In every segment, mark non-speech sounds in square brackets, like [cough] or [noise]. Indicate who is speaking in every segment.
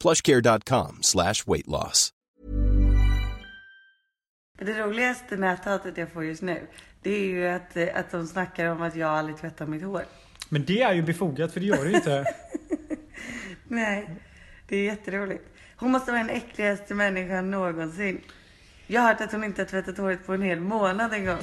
Speaker 1: plushcare.com slash weight loss.
Speaker 2: Det roligaste näthatet jag får just nu, det är ju att, eh, att de snackar om att jag aldrig tvättar mitt hår.
Speaker 3: Men det är ju befogat för det gör du [laughs] inte.
Speaker 2: Nej, det är jätteroligt. Hon måste vara den äckligaste människan någonsin. Jag har hört att hon inte har tvättat håret på en hel månad en gång.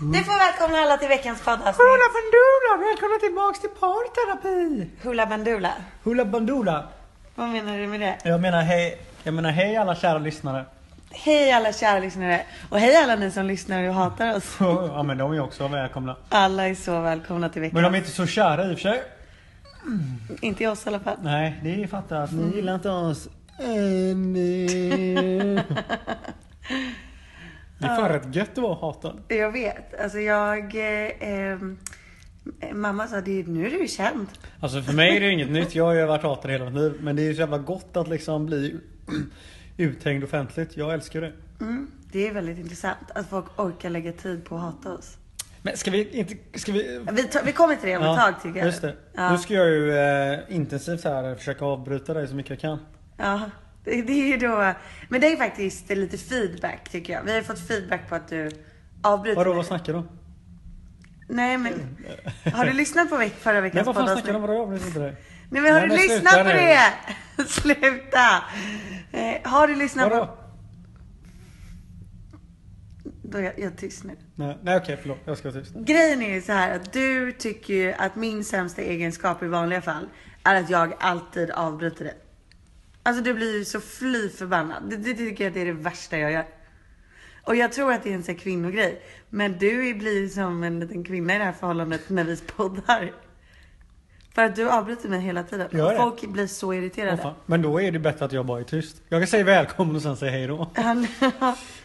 Speaker 2: Ni får välkomna alla till veckans poddavsnitt.
Speaker 3: Hoola Bandoola, välkomna tillbaks till parterapi!
Speaker 2: Hoola Bandoola.
Speaker 3: Hoola Bandoola.
Speaker 2: Vad menar du med det?
Speaker 3: Jag menar hej, jag menar hej alla kära lyssnare. [laughs]
Speaker 2: Hej alla kära lyssnare. Och hej alla ni som lyssnar och hatar oss.
Speaker 3: Ja men de är också välkomna.
Speaker 2: Alla är så välkomna till
Speaker 3: Men
Speaker 2: veckans.
Speaker 3: de är inte så kära i och för sig.
Speaker 2: Inte i oss i alla fall.
Speaker 3: Nej, det är fattat. Mm. Ni gillar inte oss. Ännu. [laughs] Det är fan rätt gött att vara hatad.
Speaker 2: Jag vet. Alltså jag... Eh, ehm, mamma sa det, är- nu är du ju känd.
Speaker 3: Alltså för mig är det inget nytt. Jag har ju varit hatad hela mitt liv. Men det är ju så jävla gott att liksom bli [clears throat] uthängd offentligt. Jag älskar det.
Speaker 2: Mm. Det är väldigt intressant att folk orkar lägga tid på att hata oss.
Speaker 3: Men ska vi inte... Ska vi...
Speaker 2: Vi, tar, vi kommer till det om ett tag tycker jag.
Speaker 3: just det.
Speaker 2: Ja.
Speaker 3: Nu ska jag ju eh, intensivt här försöka avbryta dig så mycket jag kan.
Speaker 2: Ja, det, det är ju då... Men det är faktiskt lite feedback tycker jag. Vi har ju fått feedback på att du avbryter.
Speaker 3: Vadå,
Speaker 2: mig.
Speaker 3: vad snackar du om?
Speaker 2: Nej
Speaker 3: [laughs]
Speaker 2: men, har du lyssnat på veck, förra
Speaker 3: Nej,
Speaker 2: veckans
Speaker 3: vad fan snackar
Speaker 2: poddavsnitt?
Speaker 3: du om? Vadå, jag avbryter inte dig?
Speaker 2: Nej men har
Speaker 3: Nej,
Speaker 2: du
Speaker 3: men
Speaker 2: lyssnat
Speaker 3: sluta
Speaker 2: på
Speaker 3: nu.
Speaker 2: det? [laughs] sluta! Eh, har du lyssnat på...
Speaker 3: Vadå?
Speaker 2: Då är jag, jag är tyst nu.
Speaker 3: Nej, nej okej, förlåt. Jag ska vara tyst.
Speaker 2: Grejen är ju så här att du tycker ju att min sämsta egenskap i vanliga fall är att jag alltid avbryter dig. Alltså du blir ju så fly förbannad. Det, det tycker jag att det är det värsta jag gör. Och jag tror att det är en sån här kvinnogrej. Men du blir ju som en liten kvinna i det här förhållandet när vi poddar. För att du avbryter mig hela tiden.
Speaker 3: Gör det.
Speaker 2: Och folk blir så irriterade.
Speaker 3: Åh, fan. Men då är det bättre att jag bara är tyst. Jag kan säga välkommen och sen säga hej då.
Speaker 2: Han, [laughs]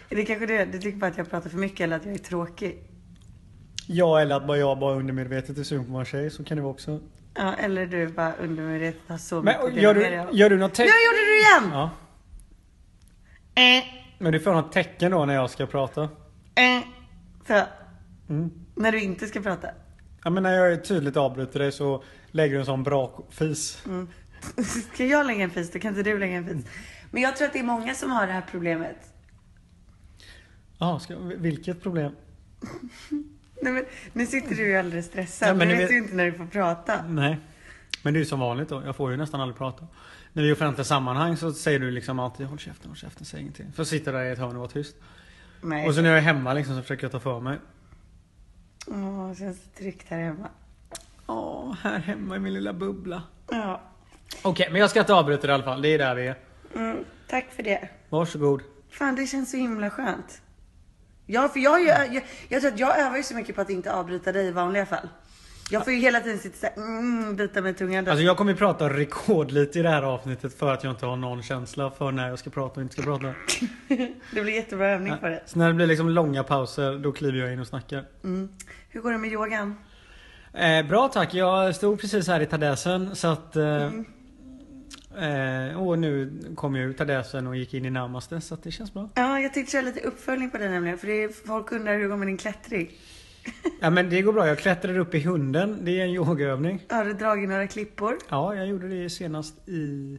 Speaker 2: det kanske du Du tycker bara att jag pratar för mycket eller att jag är tråkig.
Speaker 3: Ja, eller att bara jag bara undermedvetet är sugen på en tjej. Så kan det vara också.
Speaker 2: Ja, eller du bara undermedvetet har så
Speaker 3: Men
Speaker 2: mycket att
Speaker 3: och,
Speaker 2: dela
Speaker 3: gör,
Speaker 2: med dig
Speaker 3: du,
Speaker 2: av.
Speaker 3: gör du något
Speaker 2: Nu
Speaker 3: tecken?
Speaker 2: gjorde du det igen!
Speaker 3: Ja.
Speaker 2: Eh,
Speaker 3: Men du får något tecken då när jag ska prata.
Speaker 2: eh. Så.
Speaker 3: Mm.
Speaker 2: När du inte ska prata. [laughs]
Speaker 3: Ja, men när jag tydligt avbryter dig så lägger du en sån brakfis.
Speaker 2: Mm. Ska jag lägga en fis, då kan inte du lägga en fis. Men jag tror att det är många som har det här problemet.
Speaker 3: Jaha, ska, vilket problem?
Speaker 2: Nej, men, nu sitter du ju alldeles stressad.
Speaker 3: Ja, men
Speaker 2: du
Speaker 3: ni
Speaker 2: vet
Speaker 3: vet-
Speaker 2: ju inte när du får prata.
Speaker 3: Nej. Men det är ju som vanligt då. Jag får ju nästan aldrig prata. När vi är i offentliga sammanhang så säger du liksom alltid Håll käften, håll käften, säg ingenting. Så sitter jag där i ett hörn och vara tyst.
Speaker 2: Nej.
Speaker 3: Och så när jag är hemma liksom så försöker jag ta för mig.
Speaker 2: Åh, känns det tryggt här hemma.
Speaker 3: Åh, här hemma i min lilla bubbla.
Speaker 2: Ja.
Speaker 3: Okej, men jag ska inte avbryta det i alla fall. Det är där vi är.
Speaker 2: Mm, tack för det.
Speaker 3: Varsågod.
Speaker 2: Fan, det känns så himla skönt. Ja, för jag, jag, jag, jag tror att jag övar ju så mycket på att inte avbryta dig i vanliga fall. Jag får ju hela tiden sitta såhär, mm, bita mig i tungan.
Speaker 3: Alltså jag kommer ju prata rekordlite i det här avsnittet för att jag inte har någon känsla för när jag ska prata och inte ska prata.
Speaker 2: Det blir jättebra övning för det.
Speaker 3: Så när det blir liksom långa pauser, då kliver jag in och snackar.
Speaker 2: Hur går det med yogan?
Speaker 3: Eh, bra tack. Jag stod precis här i Tadäsen så att... Eh, eh, och nu kom jag ur Tadäsen och gick in i närmaste så att det känns bra.
Speaker 2: Ja, jag tänkte köra lite uppföljning på det nämligen. För det är, folk undrar hur det går med din klättring.
Speaker 3: Ja men det går bra. Jag klättrar upp i hunden. Det är en yogaövning.
Speaker 2: Har du dragit några klippor?
Speaker 3: Ja, jag gjorde det senast i...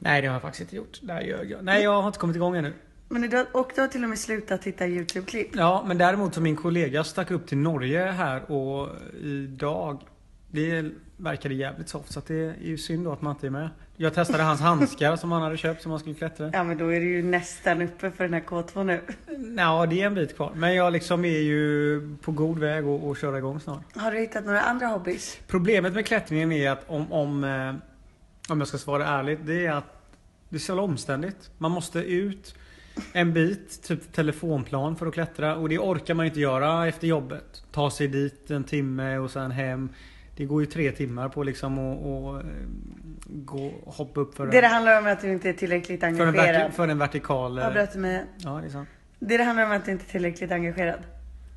Speaker 3: Nej, det har jag faktiskt inte gjort. Där ljög jag. Nej, jag har inte kommit igång ännu.
Speaker 2: Men du har, och du har till och med slutat titta YouTube-klipp.
Speaker 3: Ja, men däremot så min kollega stack upp till Norge här och idag. Det verkade jävligt soft så att det är ju synd då att man inte är med. Jag testade hans handskar som han hade köpt som man skulle klättra i.
Speaker 2: Ja men då är du ju nästan uppe för den här K2 nu.
Speaker 3: Nja, det är en bit kvar. Men jag liksom är ju på god väg att, att köra igång snart.
Speaker 2: Har du hittat några andra hobbys?
Speaker 3: Problemet med klättringen är att om, om, eh, om jag ska svara ärligt, det är att det är så jävla omständigt. Man måste ut en bit, typ telefonplan för att klättra och det orkar man inte göra efter jobbet. Ta sig dit en timme och sen hem. Det går ju tre timmar på liksom och, och eh, gå, hoppa upp för
Speaker 2: Det det
Speaker 3: en,
Speaker 2: handlar om är att du inte är tillräckligt
Speaker 3: för en, verti,
Speaker 2: engagerad.
Speaker 3: för en vertikal... eh,
Speaker 2: Avbröt du mig?
Speaker 3: Ja, det är sant.
Speaker 2: Det det handlar om är att du inte är tillräckligt engagerad.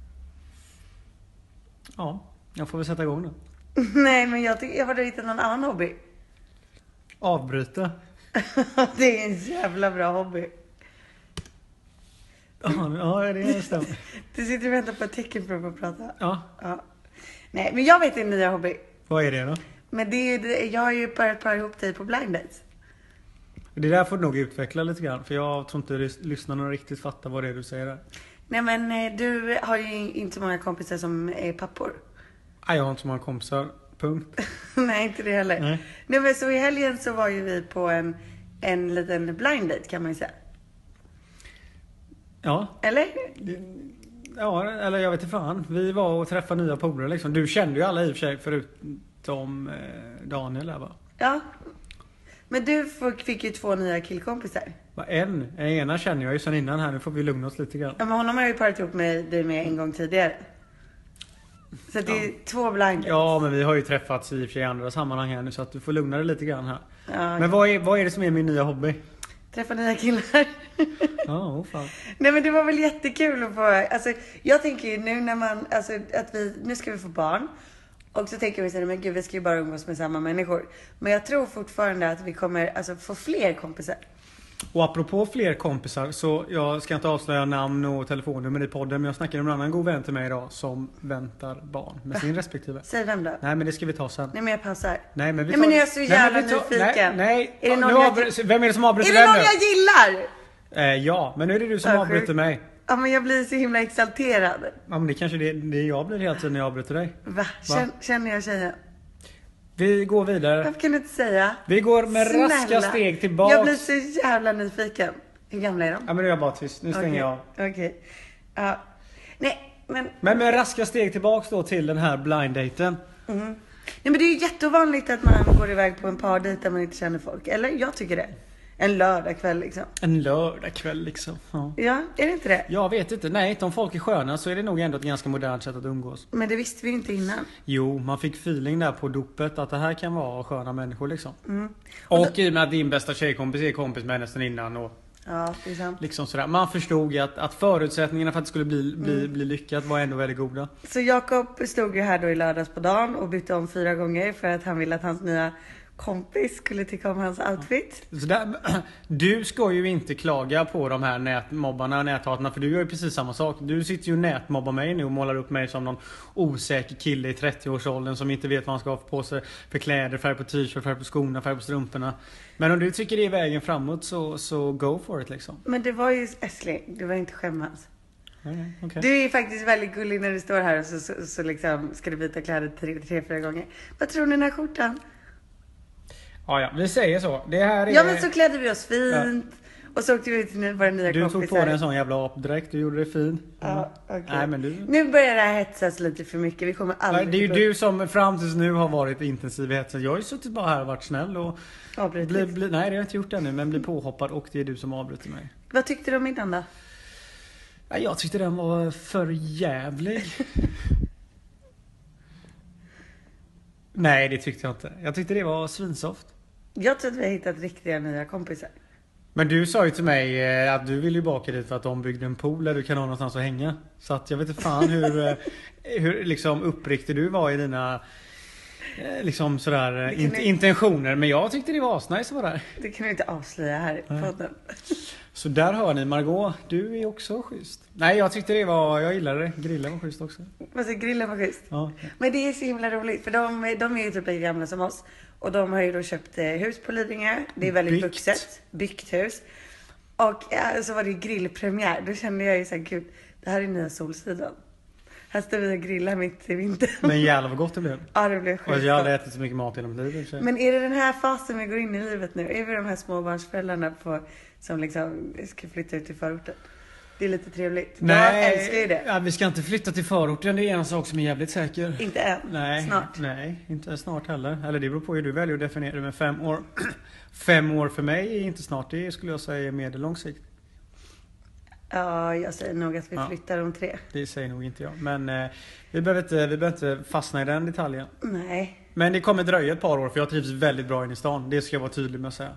Speaker 2: [laughs]
Speaker 3: Ja, jag får väl sätta igång nu.
Speaker 2: Nej men jag tycker, har du hittat någon annan hobby? [laughs]
Speaker 3: Avbryta.
Speaker 2: det är en jävla bra hobby.
Speaker 3: Ja, ja det stämmer.
Speaker 2: Du sitter och väntar på ett tecken för att prata.
Speaker 3: Ja,
Speaker 2: Ja. Nej men jag vet din nya hobby.
Speaker 3: vad är det då?
Speaker 2: Men det är, ju- det- jag har ju börjat para ihop dig på blind dates.
Speaker 3: Det där får du nog utveckla lite grann för jag tror inte lys- lyssnarna riktigt fattar vad det är du säger där.
Speaker 2: Nej men eh, du har ju inte många kompisar som är pappor. [laughs]
Speaker 3: Nej, jag har inte så många kompisar. Punkt.
Speaker 2: Nej inte det heller.
Speaker 3: Nej.
Speaker 2: Nej. men så i helgen så var ju vi på en, en liten blind date kan man ju säga.
Speaker 3: Ja,
Speaker 2: Eller?
Speaker 3: ja eller jag vet inte fan. Vi var och träffade nya polare liksom. Du kände ju alla i och för sig förutom eh, Daniel där va?
Speaker 2: Ja. Men du fick fick ju två nya killkompisar.
Speaker 3: Bara en. Den ena känner jag ju sen innan här. Nu får vi lugna oss lite grann.
Speaker 2: Ja, men honom har jag ju parat ihop med dig med en gång tidigare. Så det är två blind dates.
Speaker 3: Ja men vi har ju träffats i och för sig i andra sammanhang här nu så att du får lugna dig lite grann här.
Speaker 2: Ja.
Speaker 3: Men vad är, vad är det som är min nya hobby?
Speaker 2: Träffa nya killar. [laughs]
Speaker 3: Ja, oh, fan.
Speaker 2: Nej men det var väl jättekul att få, alltså jag tänker ju nu när man, alltså att vi, nu ska vi få barn. Och så tänker vi såhär, men gud vi ska ju bara umgås med samma människor. Men jag tror fortfarande att vi kommer alltså, få fler kompisar.
Speaker 3: Och apropå fler kompisar så jag ska inte avslöja namn och telefonnummer i podden men jag snackade med en annan god vän till mig idag som väntar barn med sin respektive.
Speaker 2: Säg vem då?
Speaker 3: Nej men det ska vi ta sen.
Speaker 2: Nej men jag passar.
Speaker 3: Nej men vi
Speaker 2: Nej,
Speaker 3: tar
Speaker 2: men jag
Speaker 3: det-
Speaker 2: är så
Speaker 3: Nej,
Speaker 2: jävla
Speaker 3: men vi tar-
Speaker 2: nyfiken.
Speaker 3: Nej,
Speaker 2: Är det
Speaker 3: nej.
Speaker 2: någon
Speaker 3: nu
Speaker 2: jag-
Speaker 3: avbry- Vem är det som avbryter
Speaker 2: Är det
Speaker 3: vem
Speaker 2: någon jag
Speaker 3: nu?
Speaker 2: gillar?
Speaker 3: Eh, ja, men nu är det du som
Speaker 2: Ja,
Speaker 3: avbryter
Speaker 2: sjukt.
Speaker 3: mig.
Speaker 2: Ja men jag blir så himla exalterad.
Speaker 3: Ja men det kanske det, det jag blir hela tiden när jag avbryter dig.
Speaker 2: Va? Känn- Känner jag tjejen?
Speaker 3: Vi går vidare.
Speaker 2: Varför kan du inte säga?
Speaker 3: Vi går med raska steg tillbaks.
Speaker 2: Jag blir så jävla nyfiken. Hur gamla är de?
Speaker 3: Ja men nu är jag bara tyst. Nu stänger
Speaker 2: Okej,
Speaker 3: jag av.
Speaker 2: Okej. Ja. Nej, men,
Speaker 3: Men med raska steg tillbaks då till den här blind-daten.
Speaker 2: nej, men det är ju jätteovanligt att man går iväg på en pardejt där man inte känner folk. Eller jag tycker det. En lördagkväll liksom.
Speaker 3: En lördagkväll liksom. Ja.
Speaker 2: Ja, är det inte det?
Speaker 3: Jag vet inte. Nej, inte om folk är sköna så är det nog ändå ett ganska modernt sätt att umgås.
Speaker 2: Men det visste vi ju inte innan.
Speaker 3: Jo, man fick feeling där på dopet att det här kan vara sköna människor liksom. Och, i och med att din bästa tjejkompis är kompis med henne sen innan och
Speaker 2: Ja, det är sant.
Speaker 3: liksom sådär. Man förstod ju att, att förutsättningarna för att det skulle bli, bli, bli lyckat var ändå väldigt goda.
Speaker 2: Så Jakob stod ju här då i lördags på dagen och bytte om fyra gånger för att han ville att hans nya kompis skulle tycka om hans outfit.
Speaker 3: Så där, [clears throat] du ska ju inte klaga på de här nätmobbarna och näthatarna för du gör ju precis samma sak. Du sitter ju och nätmobbar mig nu och målar upp mig som någon osäker kille i 30-årsåldern som inte vet vad han ska ha på sig för kläder, färg på t-shirt, färg på skorna, färg på strumporna. Men om du tycker det är vägen framåt så, så go for it liksom.
Speaker 2: Men det var ju älskling, det var inte skämmas.
Speaker 3: Okej, okej.
Speaker 2: Du är faktiskt väldigt gullig när du står här och så, så, så liksom ska du byta kläder tre, tre, fyra gånger. Vad tror ni om den här skjortan?
Speaker 3: Ja, ja, vi säger så. Det här är...
Speaker 2: Ja men så klädde vi oss fint. Och så åkte vi ut till våra nya
Speaker 3: du
Speaker 2: kompisar.
Speaker 3: tog på dig en sån jävla apdräkt, du gjorde det fint.
Speaker 2: Ja, okej.
Speaker 3: Nej men du...
Speaker 2: Nu börjar det här hetsas lite för mycket. Vi kommer
Speaker 3: Ja,
Speaker 2: aldrig
Speaker 3: Det är ju du som fram tills nu har varit intensiv i hetsen. Jag har ju suttit bara här och varit snäll och...
Speaker 2: Avbrytit.
Speaker 3: Bli, bli, nej det har jag inte gjort ännu men bli påhoppad och det är du som avbryter mig.
Speaker 2: Vad tyckte du om middagen då?
Speaker 3: Ja, Jag tyckte den var för jävlig. nej det tyckte jag inte. Jag tyckte det var svinsoft.
Speaker 2: Jag tror att vi har hittat riktiga nya kompisar.
Speaker 3: Men du sa ju till mig eh, att du vill ju baka dit för att de byggde en pool där du kan ha någonstans att hänga. Så att jag vet inte fan hur, eh, hur liksom uppriktig du var i dina eh, liksom sådär eh,
Speaker 2: Vilken
Speaker 3: int-
Speaker 2: är-
Speaker 3: intentioner. Men jag tyckte det var asnice att vara där.
Speaker 2: Det kan vi inte avslöja här i podden.
Speaker 3: Så där hör ni Margot, du är också schysst. Nej jag tyckte det var, jag gillade det. Grillen var schysst också.
Speaker 2: Alltså grillen var schysst.
Speaker 3: Ja.
Speaker 2: Men det är så himla roligt för de, de är ju typ lika gamla som oss. Och de har ju då köpt eh, hus på Lidingö. Det är väldigt
Speaker 3: Byggt.
Speaker 2: vuxet. Byggt hus. Och ja, så var det ju grillpremiär. Då kände jag ju såhär, gud, det här är nya Solsidan. Här står vi och grillar mitt i vintern.
Speaker 3: Men jävlar vad gott det blev.
Speaker 2: [laughs] ja, det blev
Speaker 3: Och
Speaker 2: sjukt
Speaker 3: jag har aldrig
Speaker 2: gott.
Speaker 3: ätit så mycket mat i hela mitt liv i och för sig.
Speaker 2: Men är det den här fasen vi går in i livet nu? Är vi de här småbarnsföräldrarna på, som liksom ska flytta ut till förorten? Det är lite trevligt. Jag älskar ju det.
Speaker 3: Ja, vi ska inte flytta till förorten. Det är en sak som är jävligt säker.
Speaker 2: Inte än.
Speaker 3: Nej,
Speaker 2: Snart.
Speaker 3: nej, inte snart heller. Eller det beror på hur du väljer att definiera det. Men fem år, fem år för mig är inte snart. Det skulle jag säga är medellång sikt.
Speaker 2: Ja, jag säger nog att vi
Speaker 3: Ja.
Speaker 2: flyttar om tre.
Speaker 3: Det säger nog inte jag. Men eh, vi, behöver inte, vi behöver inte fastna i den detaljen.
Speaker 2: Nej. [laughs]
Speaker 3: Men det kommer dröja ett par år för jag trivs väldigt bra inne i stan. Det ska jag vara tydlig med att säga.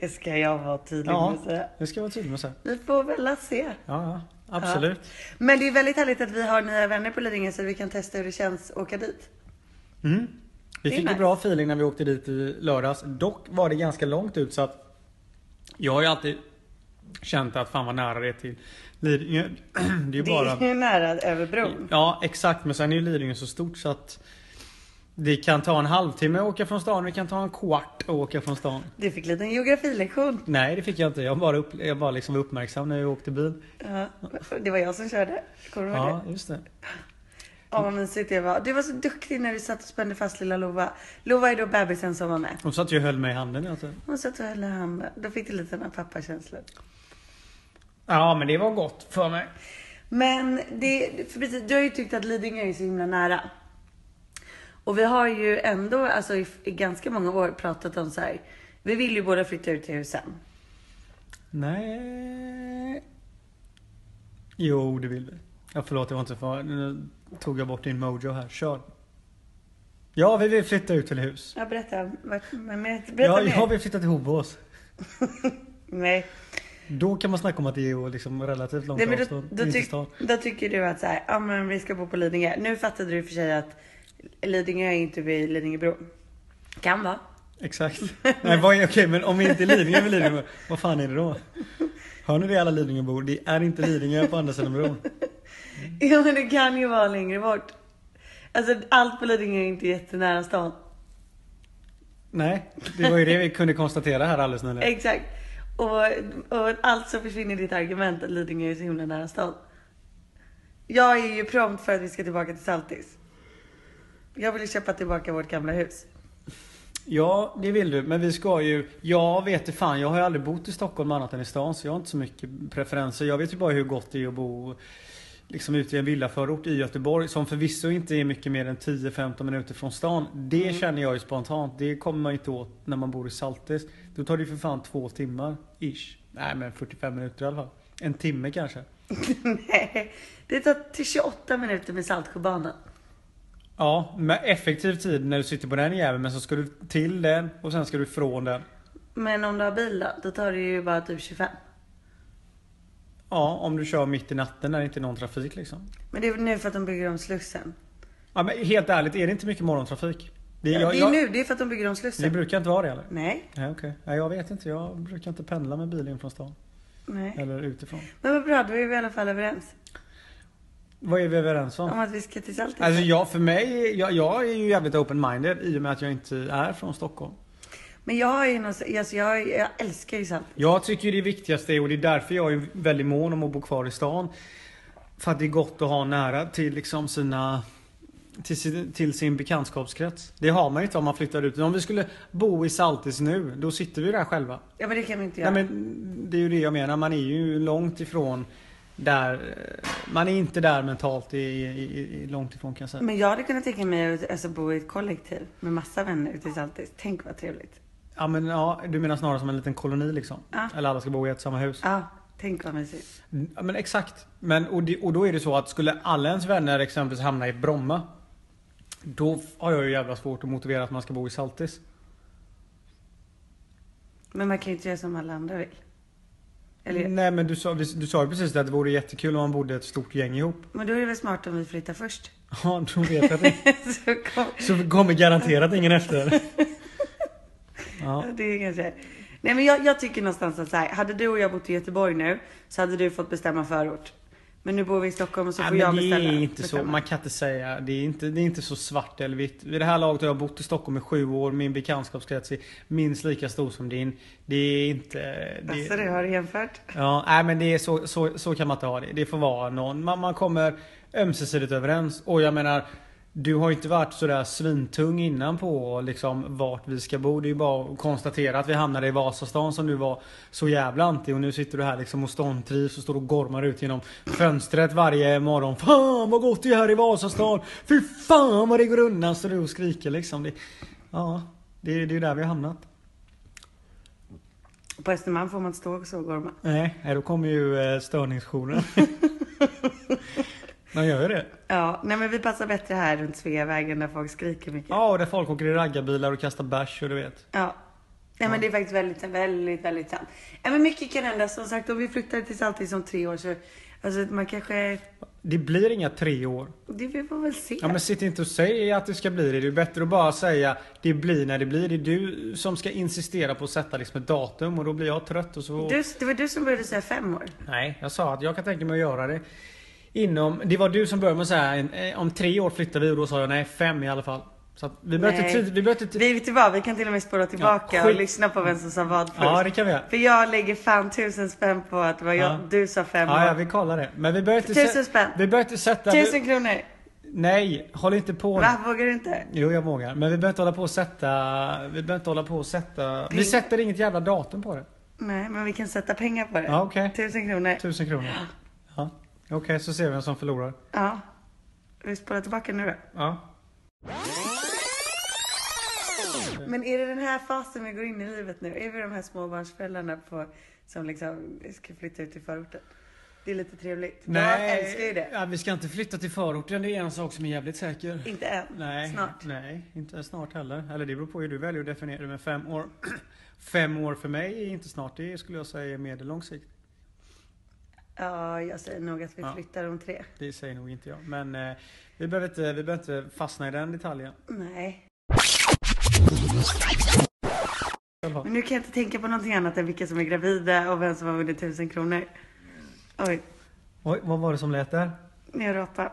Speaker 2: Det ska jag vara tydlig med
Speaker 3: Ja,
Speaker 2: att säga.
Speaker 3: det ska jag vara tydlig med att säga.
Speaker 2: Vi får väl se.
Speaker 3: Ja, ja absolut.
Speaker 2: Ja. Men det är väldigt härligt att vi har nya vänner på Lidingö så vi kan testa hur det känns att åka dit.
Speaker 3: Mm. Vi
Speaker 2: Det är
Speaker 3: fick
Speaker 2: nice.
Speaker 3: en bra feeling när vi åkte dit i lördags. Dock var det ganska långt ut så att Jag har ju alltid känt att fan vad nära det är till Lidingö. [clears throat] Det är ju bara...
Speaker 2: Det är ju nära över bron.
Speaker 3: Ja exakt men sen är ju Lidingö så stort så att Det kan ta en halvtimme att åka från stan, det kan ta en kvart att åka från stan.
Speaker 2: Du fick en liten geografilektion.
Speaker 3: Nej det fick jag inte. Jag bara, upp, jag bara liksom var uppmärksam när jag åkte bil.
Speaker 2: Ja. Det var jag som körde. Kommer du ihåg
Speaker 3: Ja
Speaker 2: det?
Speaker 3: just det.
Speaker 2: Åh vad mysigt det var. Du var så duktig när du satt och spände fast lilla Lova. Lova är då bebisen som var med.
Speaker 3: Hon satt ju och höll mig i handen hela tiden.
Speaker 2: Hon satt och höll i handen. Då fick du lite sådana pappakänslor.
Speaker 3: Ja men det var gott för mig.
Speaker 2: Men det, för precis, du har ju tyckt att Lidingö är så himla nära. Och vi har ju ändå alltså, i, i ganska många år pratat om så här. Vi vill ju båda flytta ut till husen.
Speaker 3: Nej. Jo, det vill vi. Ja, förlåt, jag var inte för... Nu tog jag bort din mojo här. Kör. Ja, vi vill flytta ut till hus.
Speaker 2: Ja, berätta. Vart- Men, men, berätta
Speaker 3: Ja,
Speaker 2: mer.
Speaker 3: jag vill flytta till Hovås.
Speaker 2: Nej.
Speaker 3: Då kan man snacka om att det är liksom relativt långt
Speaker 2: Nej, men då,
Speaker 3: avstånd.
Speaker 2: då,
Speaker 3: in till
Speaker 2: tyck,
Speaker 3: stan.
Speaker 2: då tycker du att så här, ja men vi ska bo på Lidingö. Nu fattade du i och för sig att Lidingö är inte vid Lidingöbro. Kan vara. [laughs]
Speaker 3: Exakt. Nej, vad är, okej, men om vi inte är Lidingö vid Lidingö, vad fan är det då? Hör ni det alla Lidingöbor? Det är inte Lidingö på andra sidan bron.
Speaker 2: Ja men det kan ju vara längre bort. Alltså allt på Lidingö är inte jättenära stan.
Speaker 3: Nej, det var ju det vi kunde konstatera här alldeles nyligen.
Speaker 2: Exakt. Och, och alltså försvinner ditt argument att Lidingö är så himla nära stan. Jag är ju prompt för att vi ska tillbaka till Saltis. Jag vill ju köpa tillbaka vårt gamla hus. [laughs]
Speaker 3: Ja, det vill du. Men vi ska ju... Jag vet det fan, jag har ju aldrig bott i Stockholm annat än i stan så jag har inte så mycket preferenser. Jag vet ju bara hur gott det är att bo liksom ute i en villaförort i Göteborg som förvisso inte är mycket mer än 10-15 minuter från stan. Det känner jag ju spontant. Det kommer man ju inte åt när man bor i Saltis. Då tar det ju för fan två timmar, ish. Nej men 45 minuter i alla fall. En timme kanske.
Speaker 2: Nej, det tar till 28 minuter med Saltsjöbanan.
Speaker 3: Ja, med effektiv tid när du sitter på den jäveln men så ska du till den och sen ska du från den.
Speaker 2: Men om du har bil då, då tar det ju bara typ 25.
Speaker 3: Ja, om du kör mitt i natten när det inte är någon trafik liksom.
Speaker 2: Men det är väl nu för att de bygger om Slussen.
Speaker 3: Ja, men helt ärligt, är det inte mycket morgontrafik? Det,
Speaker 2: Ja,
Speaker 3: jag-
Speaker 2: det är
Speaker 3: jag-
Speaker 2: nu, det är för att de bygger om Slussen.
Speaker 3: Det brukar inte vara det eller?
Speaker 2: Nej,
Speaker 3: Nej okej. Nej, jag vet inte. Jag brukar inte pendla med bilen från stan.
Speaker 2: nej.
Speaker 3: Eller utifrån.
Speaker 2: Men vad bra, då är vi i alla fall överens.
Speaker 3: Vad är vi överens om?
Speaker 2: Om att vi ska till Saltis.
Speaker 3: Alltså jag, för mig, jag, jag är ju jävligt open-minded i och med att jag inte är från Stockholm.
Speaker 2: Men jag har ju någon, alltså jag, jag älskar ju Saltis.
Speaker 3: Jag tycker ju det viktigaste är, och det är därför jag är väldigt mån om att bo kvar i stan. För att det är gott att ha nära till liksom sina till sin, till sin bekantskapskrets. Det har man ju inte om man flyttar ut. Om vi skulle bo i Saltis nu, då sitter vi där själva.
Speaker 2: Ja men det kan vi inte göra.
Speaker 3: Nej, men det är ju det jag menar. Man är ju långt ifrån där. Man är inte där mentalt. I, i, i, långt ifrån kan jag säga.
Speaker 2: Men jag hade kunnat tänka mig att alltså, bo i ett kollektiv med massa vänner ute i Saltis. Tänk vad trevligt.
Speaker 3: Ja, men, ja, du menar snarare som en liten koloni liksom?
Speaker 2: Ja.
Speaker 3: Eller alla ska bo i ett samma hus?
Speaker 2: Ja, tänk vad mysigt.
Speaker 3: Ja, men exakt. Men, och, det, och då är det så att skulle alla ens vänner exempelvis hamna i Bromma. Då har jag ju jävla svårt att motivera att man ska bo i Saltis.
Speaker 2: Men man kan ju inte göra som alla andra vill. Eller,
Speaker 3: Nej men du sa, vi- du sa ju precis det att det vore jättekul om man bodde ett stort gäng ihop. [laughs]
Speaker 2: Men då är det väl smart om vi flyttar först.
Speaker 3: Ja, då vet
Speaker 2: [laughs]
Speaker 3: jag att det.
Speaker 2: Så kom,
Speaker 3: Så kommer garanterat ingen efter. Ja.
Speaker 2: det är kanske... Nej men jag, jag tycker någonstans att så här, hade du och jag bott i Göteborg nu så hade du fått bestämma förort. Men nu bor vi i Stockholm och så
Speaker 3: Nej,
Speaker 2: får jag
Speaker 3: men det
Speaker 2: beställa.
Speaker 3: är inte så,
Speaker 2: bestämma.
Speaker 3: man kan inte säga. Det är inte, det är inte så svart eller vitt. Vid det här laget har jag bott i Stockholm i sju år. Min bekantskapskrets är minst lika stor som din. Det är inte...
Speaker 2: Alltså det har du jämfört.
Speaker 3: Ja, nej men det är så, så, så kan man inte ha det. Det får vara någon. Man, man kommer ömsesidigt överens. Och jag menar, du har ju inte varit sådär svintung innan på liksom vart vi ska bo. Det är ju bara att konstatera att vi hamnade i Vasastan som du var så jävla anti. Och nu sitter du här liksom och ståndtrivs och står och gormar ut genom fönstret varje morgon. Fan vad gott det är här i Vasastan! Fy fan vad det går undan! Står du och skriker liksom. Det, ja, det, det är ju där vi har hamnat.
Speaker 2: På Östermalm får man inte stå så gorma.
Speaker 3: Nej, nej, då kommer ju eh, störningsjouren. [laughs] De gör ju det.
Speaker 2: Ja, nej men vi passar bättre här runt Sveavägen där folk skriker mycket. Ja.
Speaker 3: Ja, och där folk åker i raggarbilar och kastar bärs och du vet.
Speaker 2: Nej men det är faktiskt väldigt, väldigt, väldigt sant. Nej men mycket kan hända. Som sagt om vi flyttar till Saltis om tre år så, alltså man kanske,
Speaker 3: Det blir inga tre år.
Speaker 2: det vi får väl se.
Speaker 3: Ja men sitt inte och säg att det ska bli det. Det är bättre att bara säga det blir när det blir. Det är du som ska insistera på att sätta liksom ett datum och då blir jag trött och så...
Speaker 2: du, det var du som började säga fem år.
Speaker 3: Nej, jag sa att jag kan tänka mig att göra det. Inom... Det var du som började med att säga eh, om tre år flyttar vi och då sa jag nej, fem i alla fall. Så att vi behöver inte
Speaker 2: Nej.
Speaker 3: tid... Vi behöver inte tid...
Speaker 2: Vi vet du vad, vi kan till och med spåra tillbaka och
Speaker 3: skit.
Speaker 2: lyssna på vem som sa vad först.
Speaker 3: Ja, det kan vi göra.
Speaker 2: För jag lägger fan tusen spänn på att det var jag,
Speaker 3: Ja.
Speaker 2: du sa fem
Speaker 3: Ja,
Speaker 2: år.
Speaker 3: ja, vi kollar det. Men vi behöver inte...
Speaker 2: Tusen
Speaker 3: sä-
Speaker 2: spänn.
Speaker 3: Vi behöver inte sätta...
Speaker 2: Tusen kronor!
Speaker 3: Nej, håll inte på nu.
Speaker 2: Va, vågar du inte?
Speaker 3: Jo, jag vågar. Men vi behöver inte hålla på och sätta... Vi behöver inte hålla på och sätta... Vi
Speaker 2: Ping.
Speaker 3: sätter inget jävla datum på det.
Speaker 2: Nej, men vi kan sätta pengar på det.
Speaker 3: Ja, okej.
Speaker 2: Tusen kronor.
Speaker 3: Tusen kronor. Ja. Okej, så ser vi vem som förlorar.
Speaker 2: Ja. Vi spårar tillbaka nu då.
Speaker 3: Ja.
Speaker 2: Men är det den här fasen vi går in i livet nu? Är vi de här småbarnsföräldrarna på, som liksom ska flytta ut till förorten? Det är lite trevligt. Jag älskar ju det.
Speaker 3: Ja, vi ska inte flytta till förorten. Det är en sak som är jävligt säker.
Speaker 2: Inte än.
Speaker 3: Nej,
Speaker 2: Snart.
Speaker 3: nej, inte snart heller. Eller det beror på hur du väljer att definiera det med fem år. [clears throat] Fem år för mig är inte snart. Det skulle jag säga är medellång sikt.
Speaker 2: Ja, jag säger nog att vi
Speaker 3: Ja.
Speaker 2: flyttar om tre.
Speaker 3: Det säger nog inte jag. Men eh, vi, behöver inte, vi behöver inte fastna i den detaljen.
Speaker 2: Nej.
Speaker 3: Själv har-
Speaker 2: Men nu kan jag inte tänka på någonting annat än vilka som är gravida och vem som har vunnit tusen kronor. Oj,
Speaker 3: Oj, vad var det som lät där?
Speaker 2: nu rapar.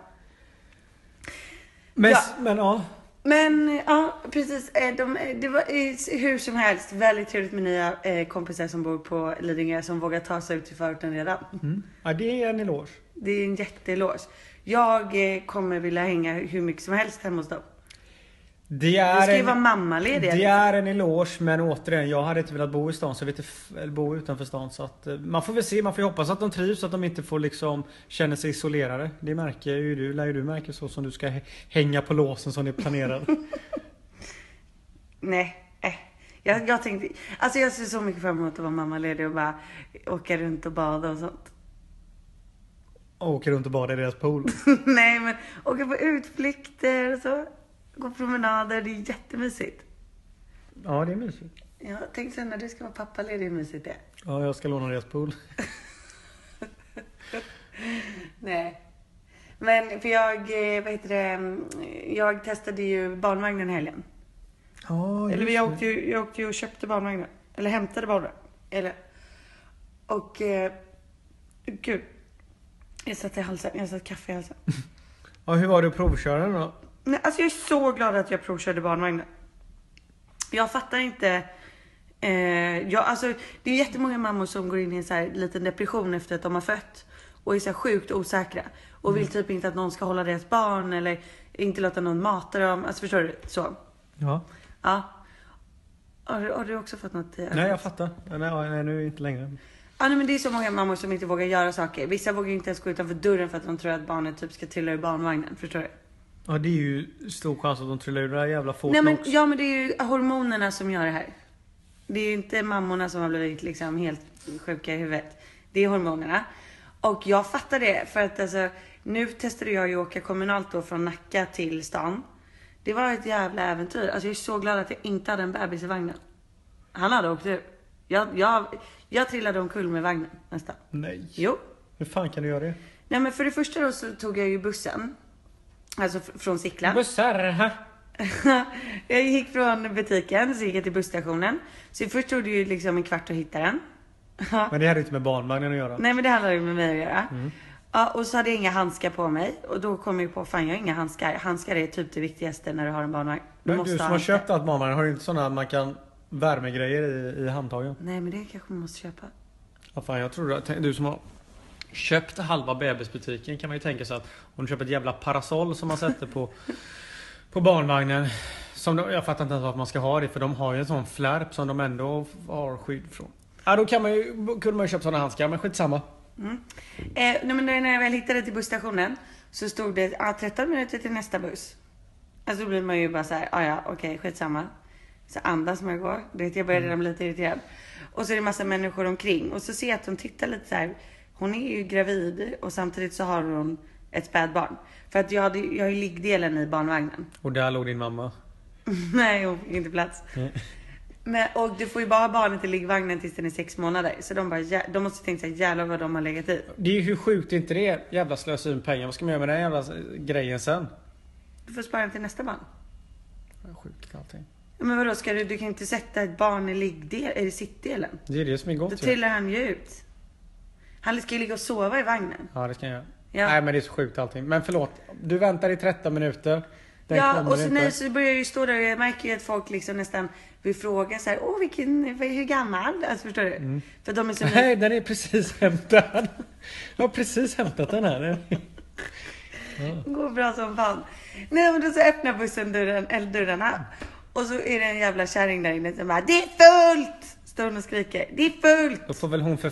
Speaker 3: Men
Speaker 2: Ja.
Speaker 3: ja. Men, ja.
Speaker 2: Men ja, precis. Eh, De, eh, det var eh, hur som helst väldigt trevligt med nya eh, kompisar som bor på Lidingö som vågar ta sig ut till förorten redan.
Speaker 3: ja, det är en eloge.
Speaker 2: Det är en jätteeloge. Jag eh, kommer vilja hänga hur mycket som helst hemma hos dem.
Speaker 3: Det
Speaker 2: Vi
Speaker 3: är,
Speaker 2: ska ju
Speaker 3: en,
Speaker 2: vara mammalediga.
Speaker 3: det är en eloge men återigen, jag hade inte velat bo i stan så jag vet inte, f- eller bo utanför stan så att eh, man får väl se, man får ju hoppas att de trivs så att de inte får liksom känna sig isolerade. Det märker ju du, lär ju du märka så som du ska hä- hänga på låsen som
Speaker 2: [laughs]
Speaker 3: ni planerar.
Speaker 2: Nej. eh. Jag, jag tänkte, alltså jag ser så mycket fram emot att vara mammaledig och bara åka runt och bada och sånt. [laughs]
Speaker 3: Och åker runt och badar i deras pool.
Speaker 2: Nej men åka på utflykter och så. Gå promenader, det är jättemysigt.
Speaker 3: Ja det är mysigt.
Speaker 2: Jag tänkte sen när du ska vara pappaledig hur mysigt det är.
Speaker 3: Ja jag ska låna deras pool.
Speaker 2: Nej. Men för jag, eh, vad heter det, eh, jag testade ju barnvagnen i helgen.
Speaker 3: Ja,
Speaker 2: Eller
Speaker 3: just
Speaker 2: jag
Speaker 3: det.
Speaker 2: åkte, ju, jag åkte ju och köpte barnvagnen. Eller hämtade barnvagnen. Eller. Och eh, gud. Jag satte i halsen, jag satte kaffe i halsen.
Speaker 3: ja, hur var det att provköra den då?
Speaker 2: Nej, alltså jag är så glad att jag provkörde barnvagnen. Jag fattar inte. Eh, jag, alltså, det är jättemånga mammor som går in i en så här liten depression efter att de har fött. Och är så här sjukt osäkra. Och vill
Speaker 3: Mm.
Speaker 2: typ inte att någon ska hålla deras barn eller inte låta någon mata dem. Alltså förstår du? Så.
Speaker 3: Ja.
Speaker 2: Ja. Har, du- har du också fått något? eh,
Speaker 3: Nej jag fattar. Nej, nej nu inte längre.
Speaker 2: Ja, nej, men det är så många mammor som inte vågar göra saker. Vissa vågar ju inte ens gå utanför dörren för att de tror att barnet typ ska trilla ur barnvagnen. Förstår du?
Speaker 3: Ja det är ju stor chans att de trillar ur det där jävla
Speaker 2: Nej, men,
Speaker 3: Fortnox.
Speaker 2: ja men det är ju hormonerna som gör det här. Det är ju inte mammorna som har blivit liksom helt sjuka i huvudet. Det är hormonerna. Och jag fattar det för att alltså, nu testade jag ju att åka kommunalt då från Nacka till stan. Det var ett jävla äventyr. Alltså jag är så glad att jag inte hade en bebis i vagnen. Han hade åkt ur. Jag, jag, jag trillade omkull med vagnen nästan.
Speaker 3: Nej.
Speaker 2: Jo,
Speaker 3: Hur fan kan du göra det?
Speaker 2: Nej men för det första då så tog jag ju bussen. Alltså fr- från Sickla.
Speaker 3: Bussar!
Speaker 2: [laughs] jag gick från butiken, så gick jag till busstationen. Så först tog det ju liksom en kvart att hitta den. [laughs]
Speaker 3: Men det hade ju inte med barnvagnen att göra.
Speaker 2: Nej men det handlade ju med mig att göra.
Speaker 3: Mm.
Speaker 2: Ja, och så hade jag inga handskar på mig och då kom jag ju på, fan jag har inga handskar. Handskar är typ det viktigaste när du har en barnvagn. Du
Speaker 3: Men du som har
Speaker 2: handskar.
Speaker 3: köpt allt barnvagnen, har du inte sådana man kan värmegrejer i, i handtagen?
Speaker 2: Nej men det kanske man måste köpa.
Speaker 3: Ja, fan, jag tror att du som har köpt halva bebisbutiken kan man ju tänka sig att om du köper ett jävla parasoll som man sätter på, på barnvagnen. Som de, jag fattar inte ens varför man ska ha det för de har ju en sån flärp som de ändå har skydd från. Ja, då kan man ju, kunde man ju köpt sådana handskar men skitsamma.
Speaker 2: Eh, nej, men när jag väl hittade till busstationen så stod det ah, 13 minuter till nästa buss. Alltså då blir man ju bara så här, ah, ja okej skitsamma. Så andas man och går. Du vet, jag började redan bli lite irriterad. Och så är det massa människor omkring och så ser jag att de tittar lite så här. Hon är ju gravid och samtidigt så har hon ett spädbarn. För att jag, hade, jag har ju liggdelen i barnvagnen. [laughs]
Speaker 3: Och där låg din mamma.
Speaker 2: Nej, hon fick inte plats. Men, och du får ju bara ha barnet i liggvagnen tills den är sex månader. Så de, bara, jä- de måste tänka sig jävlar vad de har legat i.
Speaker 3: Det är ju hur sjukt inte det är. Jävla slöseri med pengar. Vad ska man göra med den jävla eh, grejen sen?
Speaker 2: Du får spara den till nästa barn.
Speaker 3: Sjukt allting.
Speaker 2: Men vadå, ska du, du kan inte sätta ett barn i liggdel, eller sittdelen?
Speaker 3: Det är det som är
Speaker 2: Då
Speaker 3: gott ju.
Speaker 2: trillar han ju ut. Han ska ju ligga och sova i vagnen.
Speaker 3: Ja det kan jag göra.
Speaker 2: Ja.
Speaker 3: Nej men det är så sjukt allting. Men förlåt. Du väntar i 13 minuter. Den
Speaker 2: ja,
Speaker 3: kommer
Speaker 2: och så,
Speaker 3: inte.
Speaker 2: nej, så börjar jag ju stå där och jag märker ju att folk liksom nästan vill fråga så här, åh vilken, hur gammal? Alltså förstår du? För de är så
Speaker 3: Mm. Nej, den är precis hämtad. Jag har precis hämtat den här.
Speaker 2: Det [laughs] går bra som fan. Nej men då så öppnar bussen dörren, eller dörrarna. Och så är det en jävla kärring där inne som bara Det är fullt! Står hon och skriker. Det är fullt!
Speaker 3: Då får väl hon för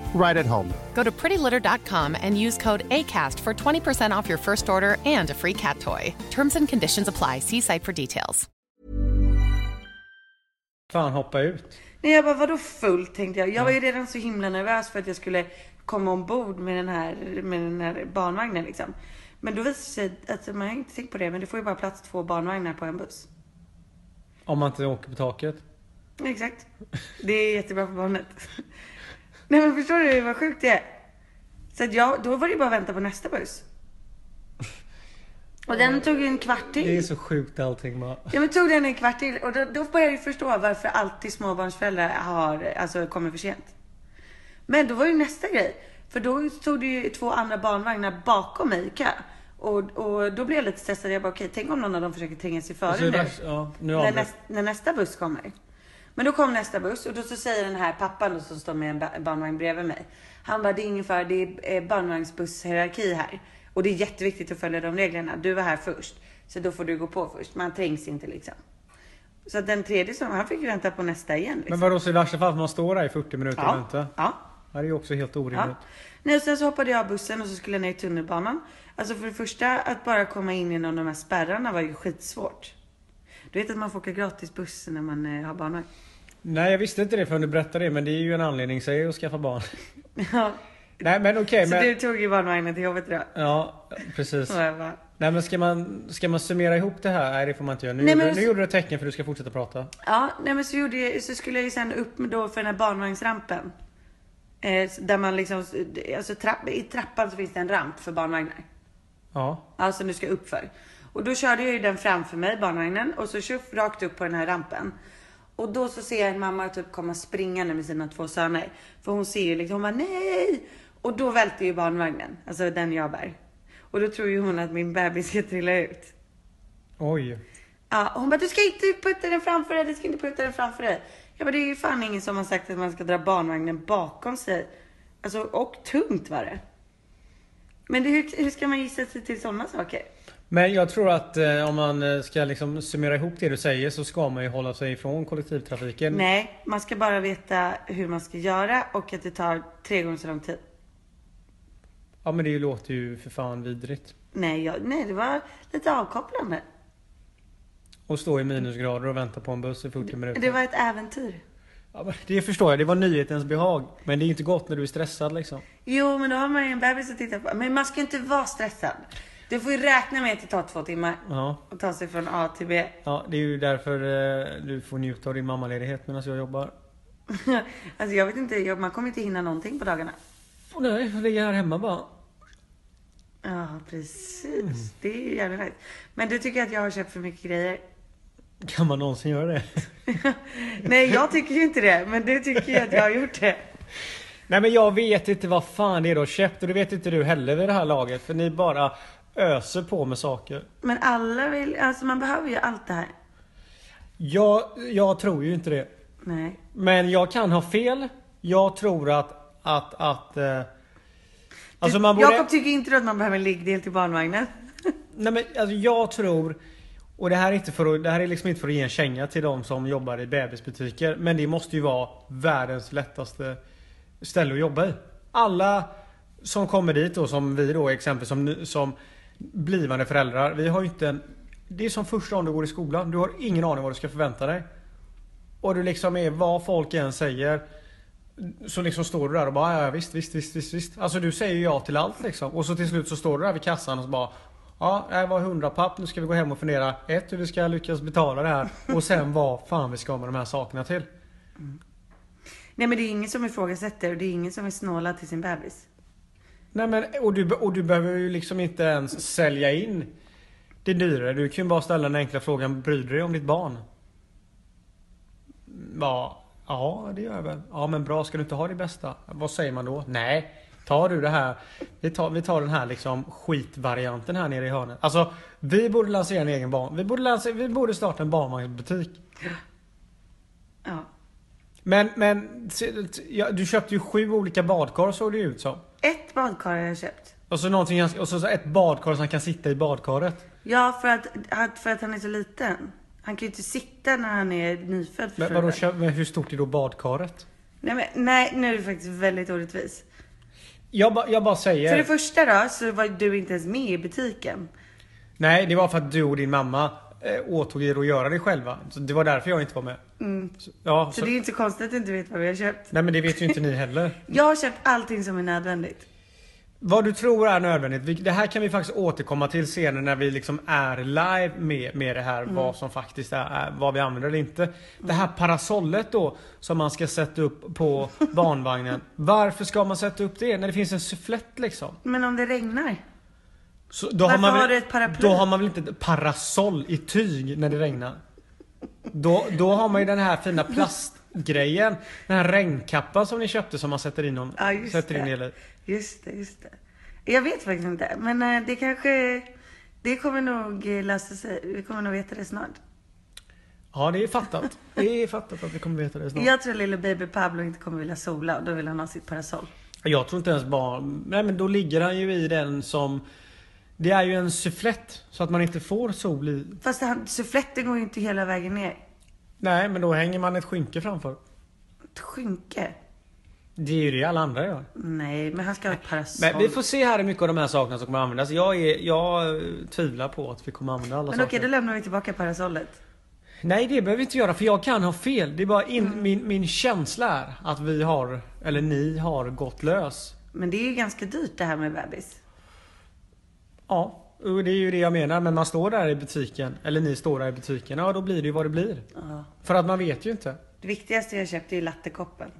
Speaker 4: right at home.
Speaker 5: Go to prettylitter.com and use code ACAST for 20% off your first order and a free cat toy. Terms and conditions apply. See site for details.
Speaker 3: fan hoppa ut.
Speaker 2: Nej jag bara vadå fullt tänkte jag. Jag var ju redan så himla nervös för att jag skulle komma ombord med den här, med den här barnvagnen liksom. Men då visade det sig att alltså, man har inte tänkt på det men det får ju bara plats två barnvagnar på en buss.
Speaker 3: Om man inte åker på taket.
Speaker 2: Exakt. Det är jättebra för barnet. [laughs] Nej men förstår du vad sjukt det är? Så att jag, då var det ju bara att vänta på nästa
Speaker 3: [laughs]
Speaker 2: buss. Och den tog ju en kvart
Speaker 3: Det är
Speaker 2: till.
Speaker 3: så sjukt allting. Man.
Speaker 2: Ja men tog den en kvart till och då, då började jag ju förstå varför alltid småbarnsföräldrar har, alltså, kommer för sent. Men då var ju nästa grej. För då stod det ju två andra barnvagnar bakom mig i kö. Och, och då blev jag lite stressad. Jag bara okej, tänk om någon av dem försöker tränga sig före
Speaker 3: Alltså, det är
Speaker 2: nu.
Speaker 3: värst- ja, nu
Speaker 2: när,
Speaker 3: avbröt.
Speaker 2: nästa, när nästa buss kommer. Men då kom nästa buss och då så säger den här pappan då, som står med en ba- barnvagn bredvid mig. Han bara, det är ingen fara, det är eh, barnvagnsbusshierarki här. Och det är jätteviktigt att följa de reglerna. Du var här först, så då får du gå på först. Man trängs inte liksom. Så att den tredje som, han fick vänta på nästa igen. Liksom.
Speaker 3: Men vadå så i värsta fall får man står där i 40 minuter och
Speaker 2: ja,
Speaker 3: vänta?
Speaker 2: ja,
Speaker 3: Det är ju också helt
Speaker 2: ja.
Speaker 3: orimligt.
Speaker 2: Nej, och sen så hoppade jag av bussen och så skulle jag ner i tunnelbanan. Alltså för det första, att bara komma in genom de här spärrarna var ju skitsvårt. Du vet att man får åka gratis buss när man eh, har barnvagn. [laughs]
Speaker 3: Nej jag visste inte det förrän du berättade det men det är ju en anledning säger att
Speaker 2: [laughs]
Speaker 3: skaffa barn.
Speaker 2: Ja.
Speaker 3: Nej men okej
Speaker 2: Så
Speaker 3: men.
Speaker 2: du tog ju barnvagnen till jobbet idag?
Speaker 3: Ja precis.
Speaker 2: Så jag bara,
Speaker 3: Nej men ska man, ska man summera ihop det här? Nej det får man inte göra. Nu,
Speaker 2: Nej,
Speaker 3: gjorde,
Speaker 2: men-
Speaker 3: nu gjorde du ett tecken för du ska fortsätta prata.
Speaker 2: ja, nej men så, gjorde jag, så skulle jag ju sen upp med då för den här barnvagnsrampen. Eh, så där man liksom, alltså trapp, i trappan så finns det en ramp för barnvagnar.
Speaker 3: Ja.
Speaker 2: Ja, som du Alltså, ska upp för. Och då körde jag ju den framför mig, barnvagnen. Och så tjoff, rakt upp på den här rampen. Och då så ser jag en mamma typ komma springande med sina två söner. För hon ser ju liksom, hon bara nej! Och då välter ju barnvagnen, alltså den jag bär. Och då tror ju hon att min bebis ska trilla ut.
Speaker 3: Oj.
Speaker 2: Ja, och hon bara, du ska inte putta den framför dig, du ska inte putta den framför dig. Jag bara, det är ju fan ingen som har sagt att man ska dra barnvagnen bakom sig. Alltså, och tungt var det. Men det, hur, hur ska man gissa sig till sådana saker?
Speaker 3: Men jag tror att eh, om man eh, ska liksom summera ihop det du säger så ska man ju hålla sig ifrån kollektivtrafiken.
Speaker 2: Nej, man ska bara veta hur man ska göra och att det tar tre gånger så lång tid.
Speaker 3: Ja men det låter ju för fan vidrigt.
Speaker 2: Nej, jag, nej det var lite avkopplande.
Speaker 3: Och stå i minusgrader och vänta på en buss i 40 minuter.
Speaker 2: Det var ett äventyr.
Speaker 3: Ja, men det förstår jag, det var nyhetens behag. Men det är inte gott när du är stressad liksom.
Speaker 2: Jo, men då har man ju en bebis att titta på. Men man ska inte vara stressad. Du får ju räkna med att det tar två timmar
Speaker 3: Ja.
Speaker 2: att ta sig från A till B. [laughs]
Speaker 3: Ja, det är ju därför eh, du får njuta av din mammaledighet medan jag jobbar.
Speaker 2: alltså jag vet inte, jag- man kommer inte hinna någonting på dagarna.
Speaker 3: Åh nej, jag ligger här hemma bara.
Speaker 2: Ja, precis. Det är ju jävligt nice. Men du tycker att jag har köpt för mycket grejer?
Speaker 3: Kan man någonsin göra det? [laughs]
Speaker 2: Nej, jag tycker ju inte det. Men du tycker ju att jag har gjort det.
Speaker 3: Nej men jag vet inte vad fan det är du har köpt och det vet inte du heller vid det här laget. För ni bara öser på med saker.
Speaker 2: Men alla vill, alltså man behöver ju allt det här.
Speaker 3: Jag, jag tror ju inte det.
Speaker 2: Nej.
Speaker 3: Men jag kan ha fel. Jag tror att, att, att... Eh, alltså man borde...
Speaker 2: Jakob tycker inte att man behöver en liggdel till barnvagnen. [laughs]
Speaker 3: Nej men alltså jag tror och det här, är inte för att, det här är liksom inte för att ge en känga till de som jobbar i bebisbutiker. Men det måste ju vara världens lättaste ställe att jobba i. Alla som kommer dit och som vi då exempel som, nu- som blivande föräldrar. Vi har ju inte en, Det är som första dagen du går i skolan. Du har ingen aning vad du ska förvänta dig. Och du liksom är vad folk än säger. Så liksom står du där och bara ja, ja visst, visst, visst, visst, visst. Alltså du säger ju ja till allt liksom. Och så till slut så står du där vid kassan och så bara Ja, det här var 100 papp. Nu ska vi gå hem och fundera. Ett, hur vi ska lyckas betala det här. Och sen vad fan vi ska med de här sakerna till.
Speaker 2: Nej men det är ingen som ifrågasätter och det är ingen som är snåla till sin bebis.
Speaker 3: Nej men och du, och du behöver ju liksom inte ens sälja in det dyrare. Du kan ju bara ställa den enkla frågan. Bryr du dig om ditt barn? Mm, Ja, ja det gör jag väl. Ja men bra, ska du inte ha det bästa? Vad säger man då? Nej, tar du det här. Vi tar, vi tar den här liksom skitvarianten här nere i hörnet. Alltså vi borde lansera en egen barn. Vi borde, lansera, vi borde starta en barnvagnsbutik.
Speaker 2: Ja.
Speaker 3: Men, men se- ja, du köpte ju sju olika badkar såg det ju ut som.
Speaker 2: Ett badkar har jag köpt.
Speaker 3: Och så, någonting, ganska- och så så ett badkar som han kan sitta i badkaret.
Speaker 2: Ja för att, att- för att han är så liten. Han kan ju inte sitta när han är nyfödd
Speaker 3: Men,
Speaker 2: förstår
Speaker 3: vadå,
Speaker 2: du?
Speaker 3: kö- men hur stort är då badkaret?
Speaker 2: Nej, men, nej nu är du faktiskt väldigt orättvis.
Speaker 3: Jag, ba, jag bara säger.
Speaker 2: För det första då så var du inte ens med i butiken.
Speaker 3: Nej, det var för att du och din mamma eh, åtog er att göra det själva. Så det var därför jag inte var med. Så, ja,
Speaker 2: Mm. Så,
Speaker 3: så,
Speaker 2: det är ju inte konstigt att du inte vet vad vi har köpt.
Speaker 3: Nej men det vet ju inte ni heller.
Speaker 2: Jag har köpt allting som är nödvändigt.
Speaker 3: Vad du tror är nödvändigt. vi- Det här kan vi faktiskt återkomma till senare när vi liksom är live med, med det här.
Speaker 2: Mm.
Speaker 3: Vad som faktiskt är, är, vad vi använder eller inte. Det här parasollet då som man ska sätta upp på
Speaker 2: [laughs]
Speaker 3: barnvagnen. Varför ska man sätta upp det när det finns en sufflett liksom?
Speaker 2: Men om det regnar?
Speaker 3: Så då har
Speaker 2: Varför
Speaker 3: man väl,
Speaker 2: har du ett paraply?
Speaker 3: Då har man väl inte ett parasoll i tyg när det regnar? Då, då har man ju den här fina plastgrejen. Den här regnkappan som ni köpte som man sätter in, någon,
Speaker 2: Ja, just
Speaker 3: sätter in
Speaker 2: det.
Speaker 3: el i.
Speaker 2: Just det, just det. Jag vet faktiskt inte. Men eh, det kanske... Det kommer nog eh, lösa sig. Vi kommer nog veta det snart.
Speaker 3: Ja det är fattat. Det är fattat att vi kommer veta det snart.
Speaker 2: Jag tror lille baby Pablo inte kommer vilja sola och då vill han ha sitt parasoll.
Speaker 3: Jag tror inte ens barn... Nej men då ligger han ju i den som... Det är ju en sufflett så att man inte får sol i.
Speaker 2: Fast han, suffletten går ju inte hela vägen ner.
Speaker 3: Nej men då hänger man ett skynke framför.
Speaker 2: Ett skynke.
Speaker 3: Det är ju det alla andra gör.
Speaker 2: Nej, men han ska ha ett parasoll.
Speaker 3: Men vi får se här hur mycket av de här sakerna som kommer användas. Jag, är, jag eh, tvivlar på att vi kommer använda alla
Speaker 2: Men
Speaker 3: saker.
Speaker 2: okej, då lämnar vi tillbaka parasollet.
Speaker 3: Nej det behöver vi inte göra för jag kan ha fel. Det är bara in,
Speaker 2: Mm.
Speaker 3: min, min känsla är att vi har, eller ni har gått lös.
Speaker 2: Men det är ju ganska dyrt det här med bebis.
Speaker 3: Ja, och det är ju det jag menar. Men man står där i butiken, eller ni står där i butiken. Ja då blir det ju vad det blir. För att man vet ju inte.
Speaker 2: Det viktigaste jag köpte är ju lattekoppen.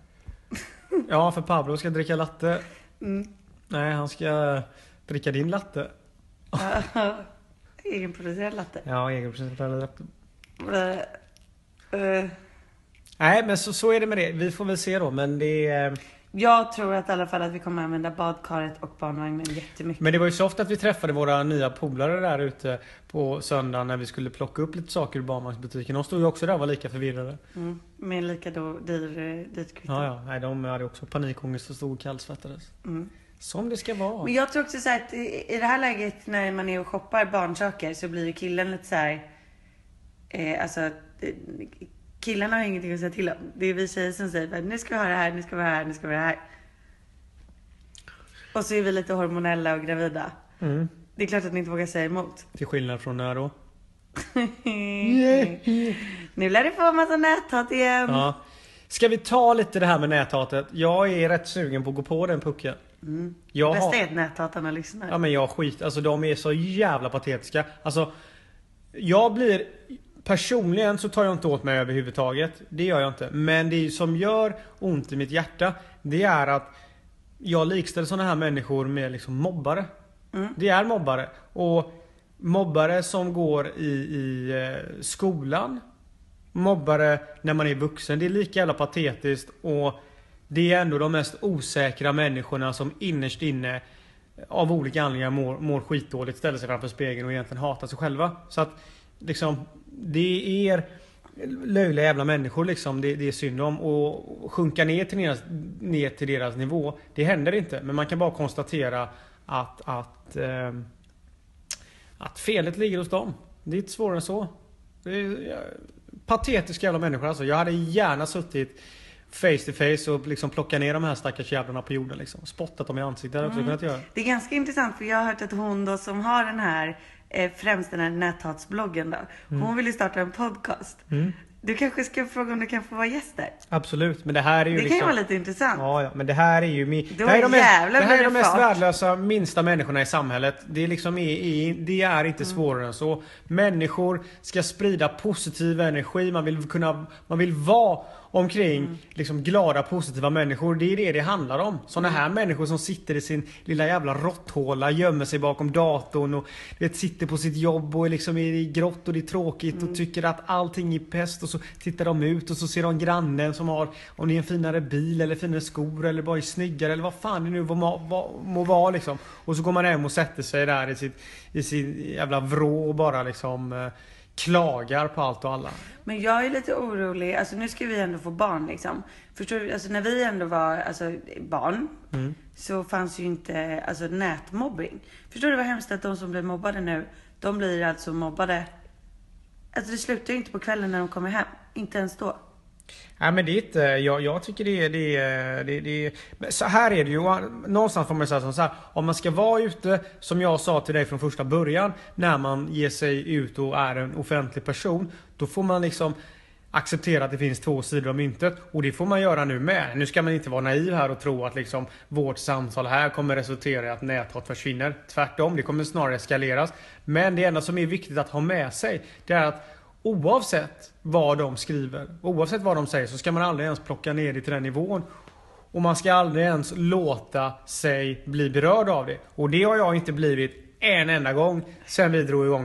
Speaker 3: Ja, för Pablo ska dricka latte.
Speaker 2: Mm.
Speaker 3: Nej, han ska dricka din latte.
Speaker 2: Egenproducerad latte.
Speaker 3: Ja, egenproducerad latte. Mm.
Speaker 2: Eh, eh,
Speaker 3: Nej, men så, så är det med det. Vi får väl se då, men det är...
Speaker 2: Jag tror att i alla fall att vi kommer använda badkaret och barnvagnen jättemycket.
Speaker 3: Men det var ju soft att vi träffade våra nya polare där ute på söndagen när vi skulle plocka upp lite saker ur barnvagnsbutiken. De stod ju också där och var lika förvirrade.
Speaker 2: Mm, med lika då dyr, eh, dyrt kvitto.
Speaker 3: Ja, ja. Nej, de hade också panikångest och stod och kallsvettades. Som det ska vara.
Speaker 2: Mm. Men jag tror också så här att i i det här läget när man är och shoppar barnsaker så blir ju killen lite så här. Eh, alltså, eh, killarna har ingenting att säga till om. Det är vi tjejer som säger bara, nu ska vi ha det här, nu ska vi ha det här, nu ska vi ha det här. Och så är vi lite hormonella och gravida.
Speaker 3: Mm.
Speaker 2: Det är klart att ni inte vågar säga emot. [laughs]
Speaker 3: Till skillnad från när då.
Speaker 2: Nu lär du få en massa näthat igen.
Speaker 3: Ja. Ska vi ta lite det här med näthatet? Jag är rätt sugen på att gå på den pucken. Jag
Speaker 2: Det Mm. bästa är
Speaker 3: har,
Speaker 2: att näthatarna lyssnar.
Speaker 3: ja men jag skit, alltså de är så jävla patetiska. Alltså, jag blir... Personligen så tar jag inte åt mig överhuvudtaget. Det gör jag inte. Men det som gör ont i mitt hjärta, det är att jag likställer sådana här människor med liksom mobbare. Det är mobbare. Och mobbare som går i, i eh, skolan. Mobbare när man är vuxen. Det är lika jävla patetiskt. Och det är ändå de mest osäkra människorna som innerst inne av olika anledningar mår, mår skitdåligt. Ställer sig framför spegeln och egentligen hatar sig själva. Så att liksom, det är löjliga jävla människor liksom. Det, det är synd om. Och sjunka ner till, deras, ner till deras nivå, det händer inte. Men man kan bara konstatera att, att, eh, att felet ligger hos dem. Det är inte svårare än så. Det är, ja, patetiska jävla människor alltså. Jag hade gärna suttit face to face och liksom plockat ner de här stackars jävlarna på jorden liksom. Spottat dem i ansiktet hade jag
Speaker 2: Mm.
Speaker 3: också kunnat göra.
Speaker 2: Det är ganska intressant för jag har hört att hon då som har den här eh, främst den här näthatsbloggen då. Hon
Speaker 3: Mm.
Speaker 2: vill ju starta en podcast. Du kanske ska fråga om du kan få vara gäst där.
Speaker 3: Absolut, men det här är ju
Speaker 2: Det kan ju
Speaker 3: liksom...
Speaker 2: vara lite intressant.
Speaker 3: Ja, ja, men det här är ju... mi-
Speaker 2: Då
Speaker 3: det här är de, mest,
Speaker 2: jävlar
Speaker 3: det här är
Speaker 2: blir
Speaker 3: de
Speaker 2: det
Speaker 3: mest
Speaker 2: fart.
Speaker 3: värdelösa, minsta människorna i samhället. Det är, liksom, är, är, det är inte
Speaker 2: Mm.
Speaker 3: svårare än så. Människor ska sprida positiv energi. Man vill, kunna, man vill vara omkring
Speaker 2: Mm.
Speaker 3: liksom, glada, positiva människor. Det är det det handlar om. Sådana
Speaker 2: Mm.
Speaker 3: här människor som sitter i sin lilla jävla råtthåla, gömmer sig bakom datorn och du vet, sitter på sitt jobb och är liksom i grått och det är tråkigt och tycker att allting är pest och så tittar de ut och så ser de grannen som har om det är en finare bil eller finare skor eller bara är snyggare eller vad fan det nu må, må, må vara liksom. Och så går man hem och sätter sig där i, sitt, i sin jävla vrå och bara liksom eh, klagar på allt och alla.
Speaker 2: Men jag är lite orolig, alltså nu ska vi ändå få barn liksom. Förstår du? Alltså när vi ändå var alltså, barn
Speaker 3: Mm.
Speaker 2: så fanns ju inte alltså, nätmobbing. Förstår du vad hemskt att de som blir mobbade nu, de blir alltså mobbade. Alltså det slutar ju inte på kvällen när de kommer hem. Inte ens då.
Speaker 3: Nej men det är inte, jag, jag tycker det är, det är, det, det är, men så här är det ju. Någonstans får man säga som så här. Om man ska vara ute, som jag sa till dig från första början. När man ger sig ut och är en offentlig person. Då får man liksom acceptera att det finns två sidor av myntet. Och det får man göra nu med. Nu ska man inte vara naiv här och tro att liksom vårt samtal här kommer resultera i att näthat försvinner. Tvärtom, det kommer snarare eskaleras. Men det enda som är viktigt att ha med sig, det är att Oavsett vad de skriver, oavsett vad de säger så ska man aldrig ens plocka ner det till den nivån. Och man ska aldrig ens låta sig bli berörd av det. Och det har jag inte blivit en enda gång sen vi drog igång,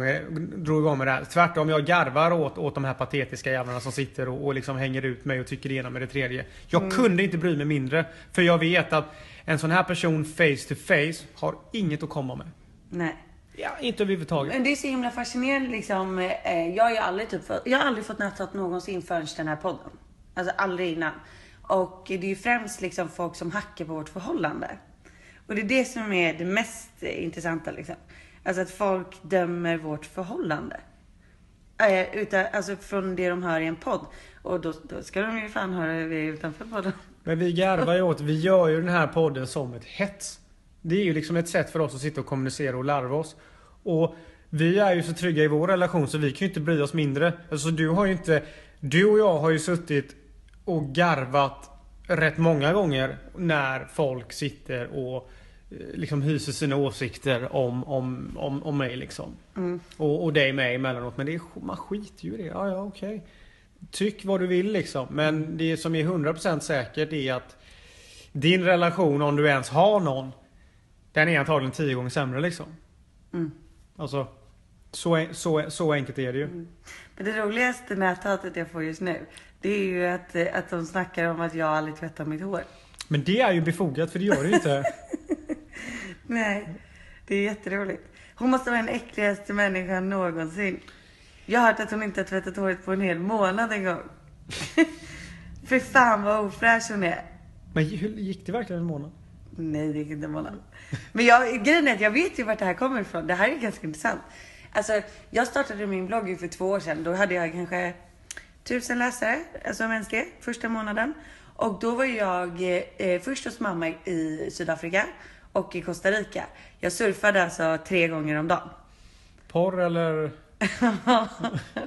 Speaker 3: drog igång med det här. Tvärtom, jag garvar åt, åt de här patetiska jävlarna som sitter och, och liksom hänger ut mig och tycker det ena med det tredje. Jag kunde inte bry mig mindre. För jag vet att en sån här person face to face har inget att komma med.
Speaker 2: Nej.
Speaker 3: Ja, inte överhuvudtaget.
Speaker 2: Men det är så himla fascinerande liksom. Eh, jag, har ju aldrig typ fått, jag har aldrig fått näthat någonsin förrän den här podden. Alltså aldrig innan. Och det är ju främst liksom folk som hackar på vårt förhållande. Och det är det som är det mest eh, intressanta liksom. Alltså att folk dömer vårt förhållande. Eh, utan, alltså från det de hör i en podd. Och då, då ska de ju fan höra hur vi är utanför podden. [laughs]
Speaker 3: Men vi garvar ju åt, vi gör ju den här podden som ett hets. Det är ju liksom ett sätt för oss att sitta och kommunicera och larva oss. Och vi är ju så trygga i vår relation så vi kan ju inte bry oss mindre. Alltså du har ju inte, du och jag har ju suttit och garvat rätt många gånger när folk sitter och eh, liksom hyser sina åsikter om, om, om, om mig liksom. Och, och dig med emellanåt. Men det är, man skiter ju i det. Ja, ja, okej. Tyck vad du vill liksom. Men det som är 100% säkert är att Din relation, om du ens har någon, den är antagligen tio gånger sämre liksom. Alltså, så, en- så, så enkelt är det ju.
Speaker 2: Men det roligaste näthatet jag får just nu, det är ju att, eh, att de snackar om att jag aldrig tvättar mitt hår.
Speaker 3: Men det är ju befogat för det gör det ju inte.
Speaker 2: Nej, det är jätteroligt. Hon måste vara den äckligaste människan någonsin. Jag har hört att hon inte har tvättat håret på en hel månad en gång. [laughs] Fy fan vad ofräsch hon är.
Speaker 3: Men hur gick det verkligen en månad?
Speaker 2: Nej, det gick inte en månad. Men jag, grejen är att jag vet ju vart det här kommer ifrån. Det här är ganska intressant. Alltså, jag startade min blogg ju för två år sedan. Då hade jag kanske tusen läsare, alltså om ens det, första månaden. Och då var jag eh, först hos mamma i Sydafrika och i Costa Rica. Jag surfade alltså tre gånger om dagen.
Speaker 3: Porr eller?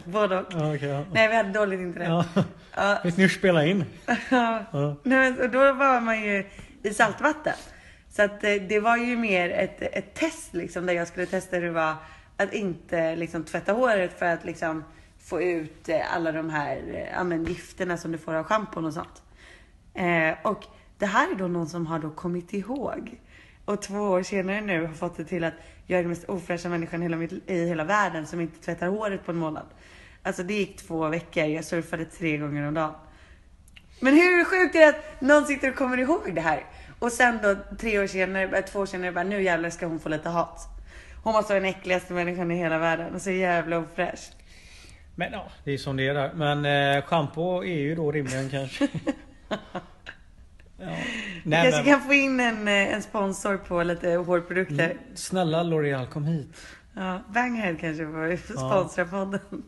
Speaker 2: Både och.
Speaker 3: Ja, okej, ja.
Speaker 2: Nej, vi hade dåligt internet.
Speaker 3: Ja.
Speaker 2: Ja.
Speaker 3: Vet ni hur spela in?
Speaker 2: Ja. Nej, men, och då var man ju i saltvatten. Så att eh, det var ju mer ett, ett test liksom där jag skulle testa hur det var att inte liksom tvätta håret för att liksom få ut eh, alla de här eh, ja, men, gifterna som du får av schampon och sånt. Eh, och det här är då någon som har då kommit ihåg och två år senare nu har fått det till att jag är den mest ofräscha människan i hela mitt, i hela världen som inte tvättar håret på en månad. Alltså det gick två veckor. Jag surfade tre gånger om dagen. Men hur sjukt är det att någon sitter och kommer ihåg det här? Och sen då tre år senare, äh, två år senare bara nu jävlar ska hon få lite hat. Hon måste vara den äckligaste människan i hela världen och så jävla ofräsch.
Speaker 3: Men ja, det är som det är där. Men eh, shampoo är ju då rimligen kanske. ja.
Speaker 2: Jag
Speaker 3: Nej,
Speaker 2: kanske
Speaker 3: men,
Speaker 2: kan få in en, eh, en sponsor på lite hårprodukter.
Speaker 3: Mm. snälla L'Oreal kom hit.
Speaker 2: Ja, Banghead kanske får sponsra podden.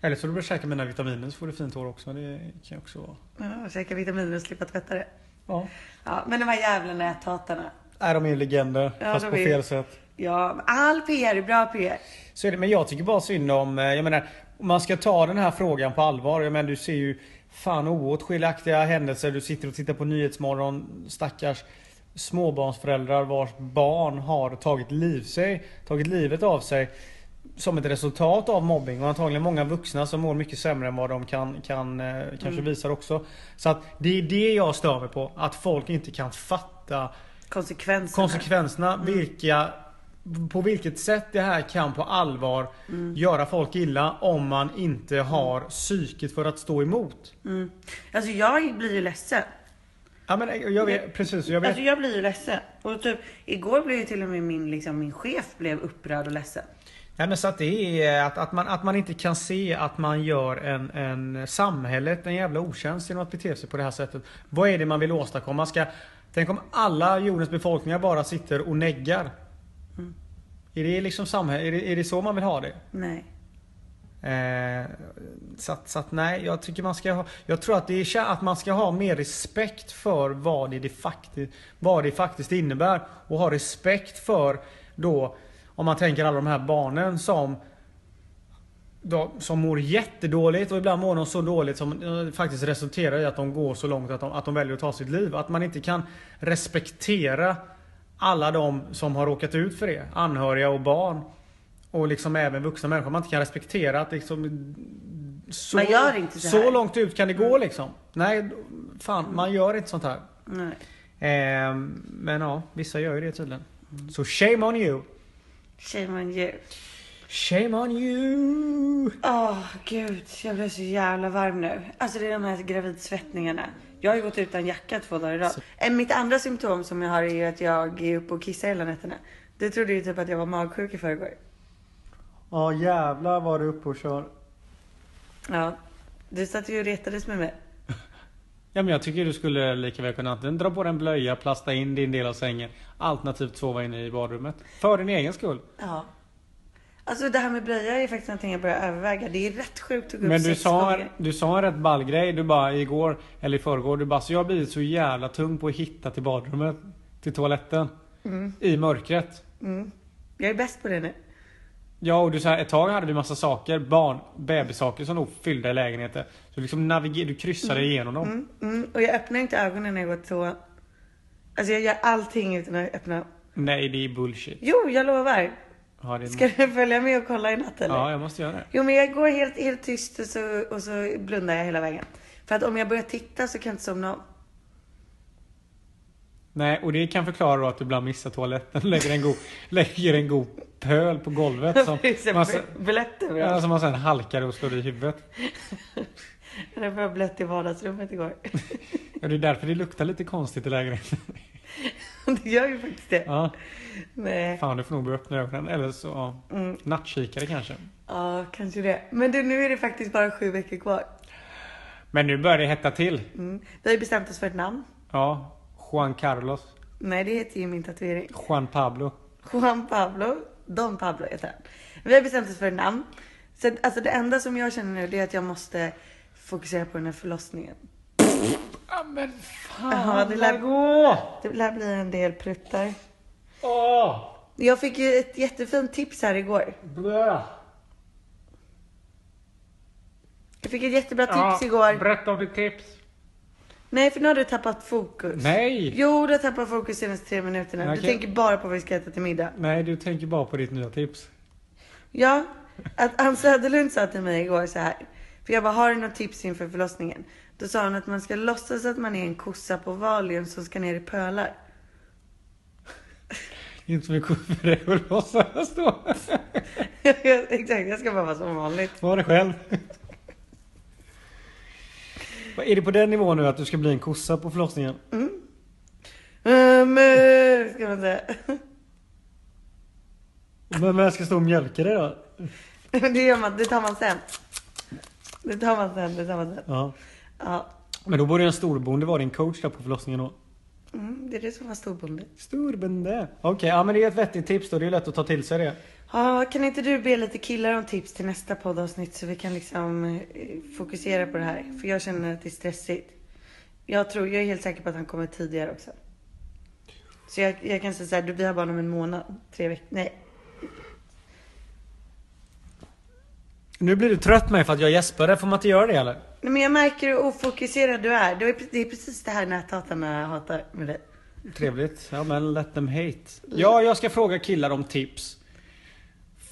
Speaker 3: Eller så du börjar käka mina vitaminer så får du fint hår också. Det kan ju också vara.
Speaker 2: Ja, käka vitaminer och slippa tvätta det.
Speaker 3: Ja.
Speaker 2: Ja, men de här jävla näthatarna.
Speaker 3: Nej, de är ju legender.
Speaker 2: Ja,
Speaker 3: fast
Speaker 2: de
Speaker 3: på
Speaker 2: är-
Speaker 3: fel sätt.
Speaker 2: Ja, men all PR är bra PR.
Speaker 3: Så är det, men jag tycker bara synd om, eh, jag menar om man ska ta den här frågan på allvar. Jag menar du ser ju fan oåtskiljaktiga händelser. Du sitter och tittar på Nyhetsmorgon. Stackars småbarnsföräldrar vars barn har tagit, liv sig, tagit livet av sig. Som ett resultat av mobbing och antagligen många vuxna som mår mycket sämre än vad de kan, kan eh, kanske visar också. Så att det är det jag stör mig på. Att folk inte kan fatta
Speaker 2: Konsekvenserna.
Speaker 3: konsekvenserna. Vilka, på vilket sätt det här kan på allvar göra folk illa om man inte har psyket för att stå emot.
Speaker 2: alltså jag blir ju ledsen.
Speaker 3: Ja, men jag vet, precis, jag vet.
Speaker 2: Alltså jag blir ju ledsen. Och typ, igår blev ju till och med min, liksom, min chef blev upprörd och ledsen.
Speaker 3: Nej, men så att, det är att, att, man, att man inte kan se att man gör en, en samhället en jävla otjänst genom att bete sig på det här sättet. Vad är det man vill åstadkomma? Ska, tänk om alla jordens befolkningar bara sitter och neggar. Mm. Är, det liksom samhälle, är, det, är det så man vill ha det?
Speaker 2: Nej.
Speaker 3: Eh, så, att, så att nej, jag tycker man ska ha, Jag tror att det är kä- att man ska ha mer respekt för vad det, det, fakti, vad det faktiskt innebär. Och ha respekt för då, om man tänker alla de här barnen som då, som mår jättedåligt och ibland mår de så dåligt som eh, faktiskt resulterar i att de går så långt att de, att de väljer att ta sitt liv. Att man inte kan respektera alla de som har råkat ut för det. Anhöriga och barn. Och liksom även vuxna människor. Man inte kan respektera att liksom så,
Speaker 2: Man gör inte så
Speaker 3: så
Speaker 2: här.
Speaker 3: långt ut kan det gå liksom. Nej, fan man gör inte sånt här.
Speaker 2: Nej.
Speaker 3: Ehm, men ja, vissa gör ju det tydligen. Så shame on you.
Speaker 2: Shame on you.
Speaker 3: Shame on you.
Speaker 2: Åh gud, jag blev så jävla varm nu. Alltså det är de här gravidsvettningarna. Jag har ju gått utan jacka två dagar i rad. Eh, Mitt andra symptom som jag har är ju att jag är uppe och kissar hela nätterna. Du trodde ju typ att jag var magsjuk i förrgår.
Speaker 3: Ja jävlar vad du är uppe och kör.
Speaker 2: Ja. Du satt ju och retades med mig.
Speaker 3: Ja men jag tycker du skulle lika väl kunna antingen dra på dig en blöja, plasta in din del av sängen. Alternativt sova inne i badrummet. För din egen skull.
Speaker 2: Ja. Alltså det här med blöja är faktiskt någonting jag börjar överväga. Det är rätt sjukt att gå
Speaker 3: Men
Speaker 2: upp
Speaker 3: du
Speaker 2: sex
Speaker 3: sa,
Speaker 2: gånger.
Speaker 3: du sa en rätt ball grej. Du bara igår, eller i förrgår, du bara så jag har blivit så jävla tung på att hitta till badrummet. Till toaletten.
Speaker 2: Mm.
Speaker 3: I mörkret.
Speaker 2: Jag är bäst på det nu.
Speaker 3: Ja och du sa ett tag hade vi massa saker, barn, bebissaker som nog fyllde lägenheten. Så du liksom naviger, du kryssade igenom dem.
Speaker 2: Mm, och jag öppnar inte ögonen när jag går så. Alltså jag gör allting utan att öppna.
Speaker 3: Nej det är bullshit.
Speaker 2: Jo, jag lovar.
Speaker 3: Ja, det
Speaker 2: Ska du följa med och kolla i natt eller?
Speaker 3: ja jag måste göra det.
Speaker 2: Jo, men jag går helt, helt tyst och så, och så blundar jag hela vägen. För att om jag börjar titta så kan jag inte somna om.
Speaker 3: Nej, och det kan förklara då att du ibland missar toaletten och lägger en god, [laughs] lägger en god pöl
Speaker 2: [laughs]
Speaker 3: på golvet som
Speaker 2: Finns
Speaker 3: man,
Speaker 2: det
Speaker 3: sen-
Speaker 2: blött [laughs]
Speaker 3: ja,
Speaker 2: överallt?
Speaker 3: som man sen halkar och slår i huvudet.
Speaker 2: Det var blött i vardagsrummet igår. [laughs]
Speaker 3: Ja, det är därför det luktar lite konstigt i lägenheten. [laughs]
Speaker 2: Det gör ju faktiskt det.
Speaker 3: Ja,
Speaker 2: Nej.
Speaker 3: fan du får nog börja öppna ögonen. Eller så ja,
Speaker 2: Mm.
Speaker 3: nattkikare kanske.
Speaker 2: Ja, kanske det. Men du, nu är det faktiskt bara sju veckor kvar.
Speaker 3: Men nu börjar det hetta till.
Speaker 2: Vi har ju bestämt oss för ett namn.
Speaker 3: Ja, Juan Carlos.
Speaker 2: Nej, det heter ju min tatuering.
Speaker 3: Juan Pablo.
Speaker 2: Juan Pablo. Don Pablo heter han. Vi har bestämt oss för ett namn. Så att, alltså, det enda som jag känner nu det är att jag måste fokusera på den här förlossningen.
Speaker 3: Ja men
Speaker 2: Ja,
Speaker 3: fan
Speaker 2: det lär-
Speaker 3: vad gå!
Speaker 2: Det lär bli en del pruttar.
Speaker 3: Åh!
Speaker 2: Jag fick ju ett jättefint tips här igår.
Speaker 3: Blö!
Speaker 2: Jag fick ett jättebra tips
Speaker 3: Ja,
Speaker 2: igår.
Speaker 3: Berätta om ditt tips.
Speaker 2: Nej, för nu har du tappat fokus.
Speaker 3: Nej!
Speaker 2: Jo, du har tappat fokus de senaste tre minuterna. Du
Speaker 3: Okej.
Speaker 2: tänker bara på vad vi ska äta till middag.
Speaker 3: Nej, du tänker bara på ditt nya tips.
Speaker 2: Ja, att Ann Söderlund sa till mig igår så här. För jag bara, har du något tips inför förlossningen? Då sa hon att man ska låtsas att man är en kossa på Valium som ska ner i pölar.
Speaker 3: Inte så mycket för dig att låtsas då.
Speaker 2: [laughs] Exakt, jag ska bara vara som vanligt.
Speaker 3: Var det själv. Vad Är det på den nivån nu att du ska bli en kossa på förlossningen?
Speaker 2: Um, eh, [laughs] ska man säga.
Speaker 3: Men vem ska stå och mjölka dig då?
Speaker 2: Det gör man, det tar man sen. Det tar man sen, det tar man sen.
Speaker 3: Ja.
Speaker 2: Ja,
Speaker 3: Men då borde en storbonde vara din coach där på förlossningen då.
Speaker 2: mm, det är du som var storbonde.
Speaker 3: Storbonde. Okej, ja men det är ett vettigt tips då. Det är lätt att ta till sig det.
Speaker 2: Ja, kan inte du be lite killar om tips till nästa poddavsnitt så vi kan liksom eh, fokusera på det här? För jag känner att det är stressigt. Jag tror, jag är helt säker på att han kommer tidigare också. Så jag, jag kan säga så här, du, vi har barn om en månad, tre veckor, nej.
Speaker 3: Nu blir du trött med för att jag gäspade. Får man inte göra det eller?
Speaker 2: nej. Men jag märker hur ofokuserad du är. Du är pre- Det är precis det här näthatarna hatar med dig.
Speaker 3: Trevligt. Ja men let them hate. Ja, jag ska fråga killar om tips.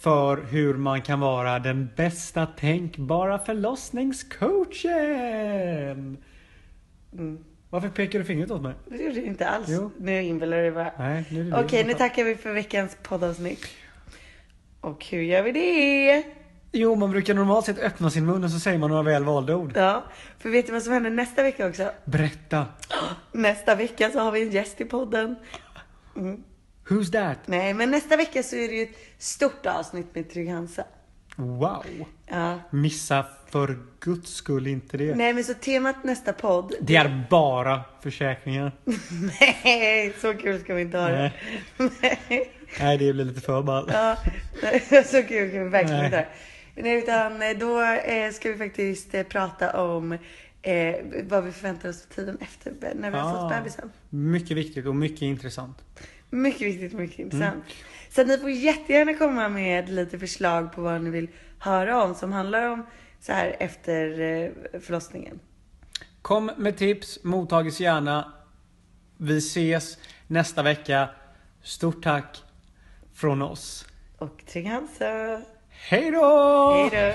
Speaker 3: För hur man kan vara den bästa tänkbara förlossningscoachen. Varför pekar du fingret åt mig?
Speaker 2: Det gjorde du inte alls.
Speaker 3: Jo.
Speaker 2: Nu inbillar du bara.
Speaker 3: Nej, nu är det du
Speaker 2: Okej,
Speaker 3: som
Speaker 2: nu
Speaker 3: tar-
Speaker 2: tackar vi för veckans poddavsnitt. Och hur gör vi det?
Speaker 3: Jo, man brukar normalt sett öppna sin mun och så säger man några väl valda ord.
Speaker 2: Ja, för vet du vad som händer nästa vecka också?
Speaker 3: Berätta.
Speaker 2: Nästa vecka så har vi en gäst i podden.
Speaker 3: Who's that?
Speaker 2: Nej, men nästa vecka så är det ju ett stort avsnitt med Trygg-Hansa.
Speaker 3: Wow.
Speaker 2: Ja.
Speaker 3: Missa för guds skull inte det.
Speaker 2: Nej, men så temat nästa podd. [laughs]
Speaker 3: Det är bara [laughs] försäkringar.
Speaker 2: Nej, så kul ska vi inte ha det. [laughs] Nej.
Speaker 3: Nej, det blir lite för ball.
Speaker 2: Ja, [laughs] så kul ska vi verkligen inte ha det. Nej, utan eh, då eh, ska vi faktiskt eh, prata om eh, vad vi förväntar oss för tiden efter be- när vi har fått
Speaker 3: Ah.
Speaker 2: bebisen.
Speaker 3: Mycket viktigt och mycket intressant.
Speaker 2: Mycket viktigt, mycket intressant. Så att ni får jättegärna komma med lite förslag på vad ni vill höra om som handlar om så här efter eh, förlossningen.
Speaker 3: Kom med tips, mottagits gärna. Vi ses nästa vecka. Stort tack från oss.
Speaker 2: Och Trygg Hansa.
Speaker 3: Hej då!
Speaker 2: Hej då!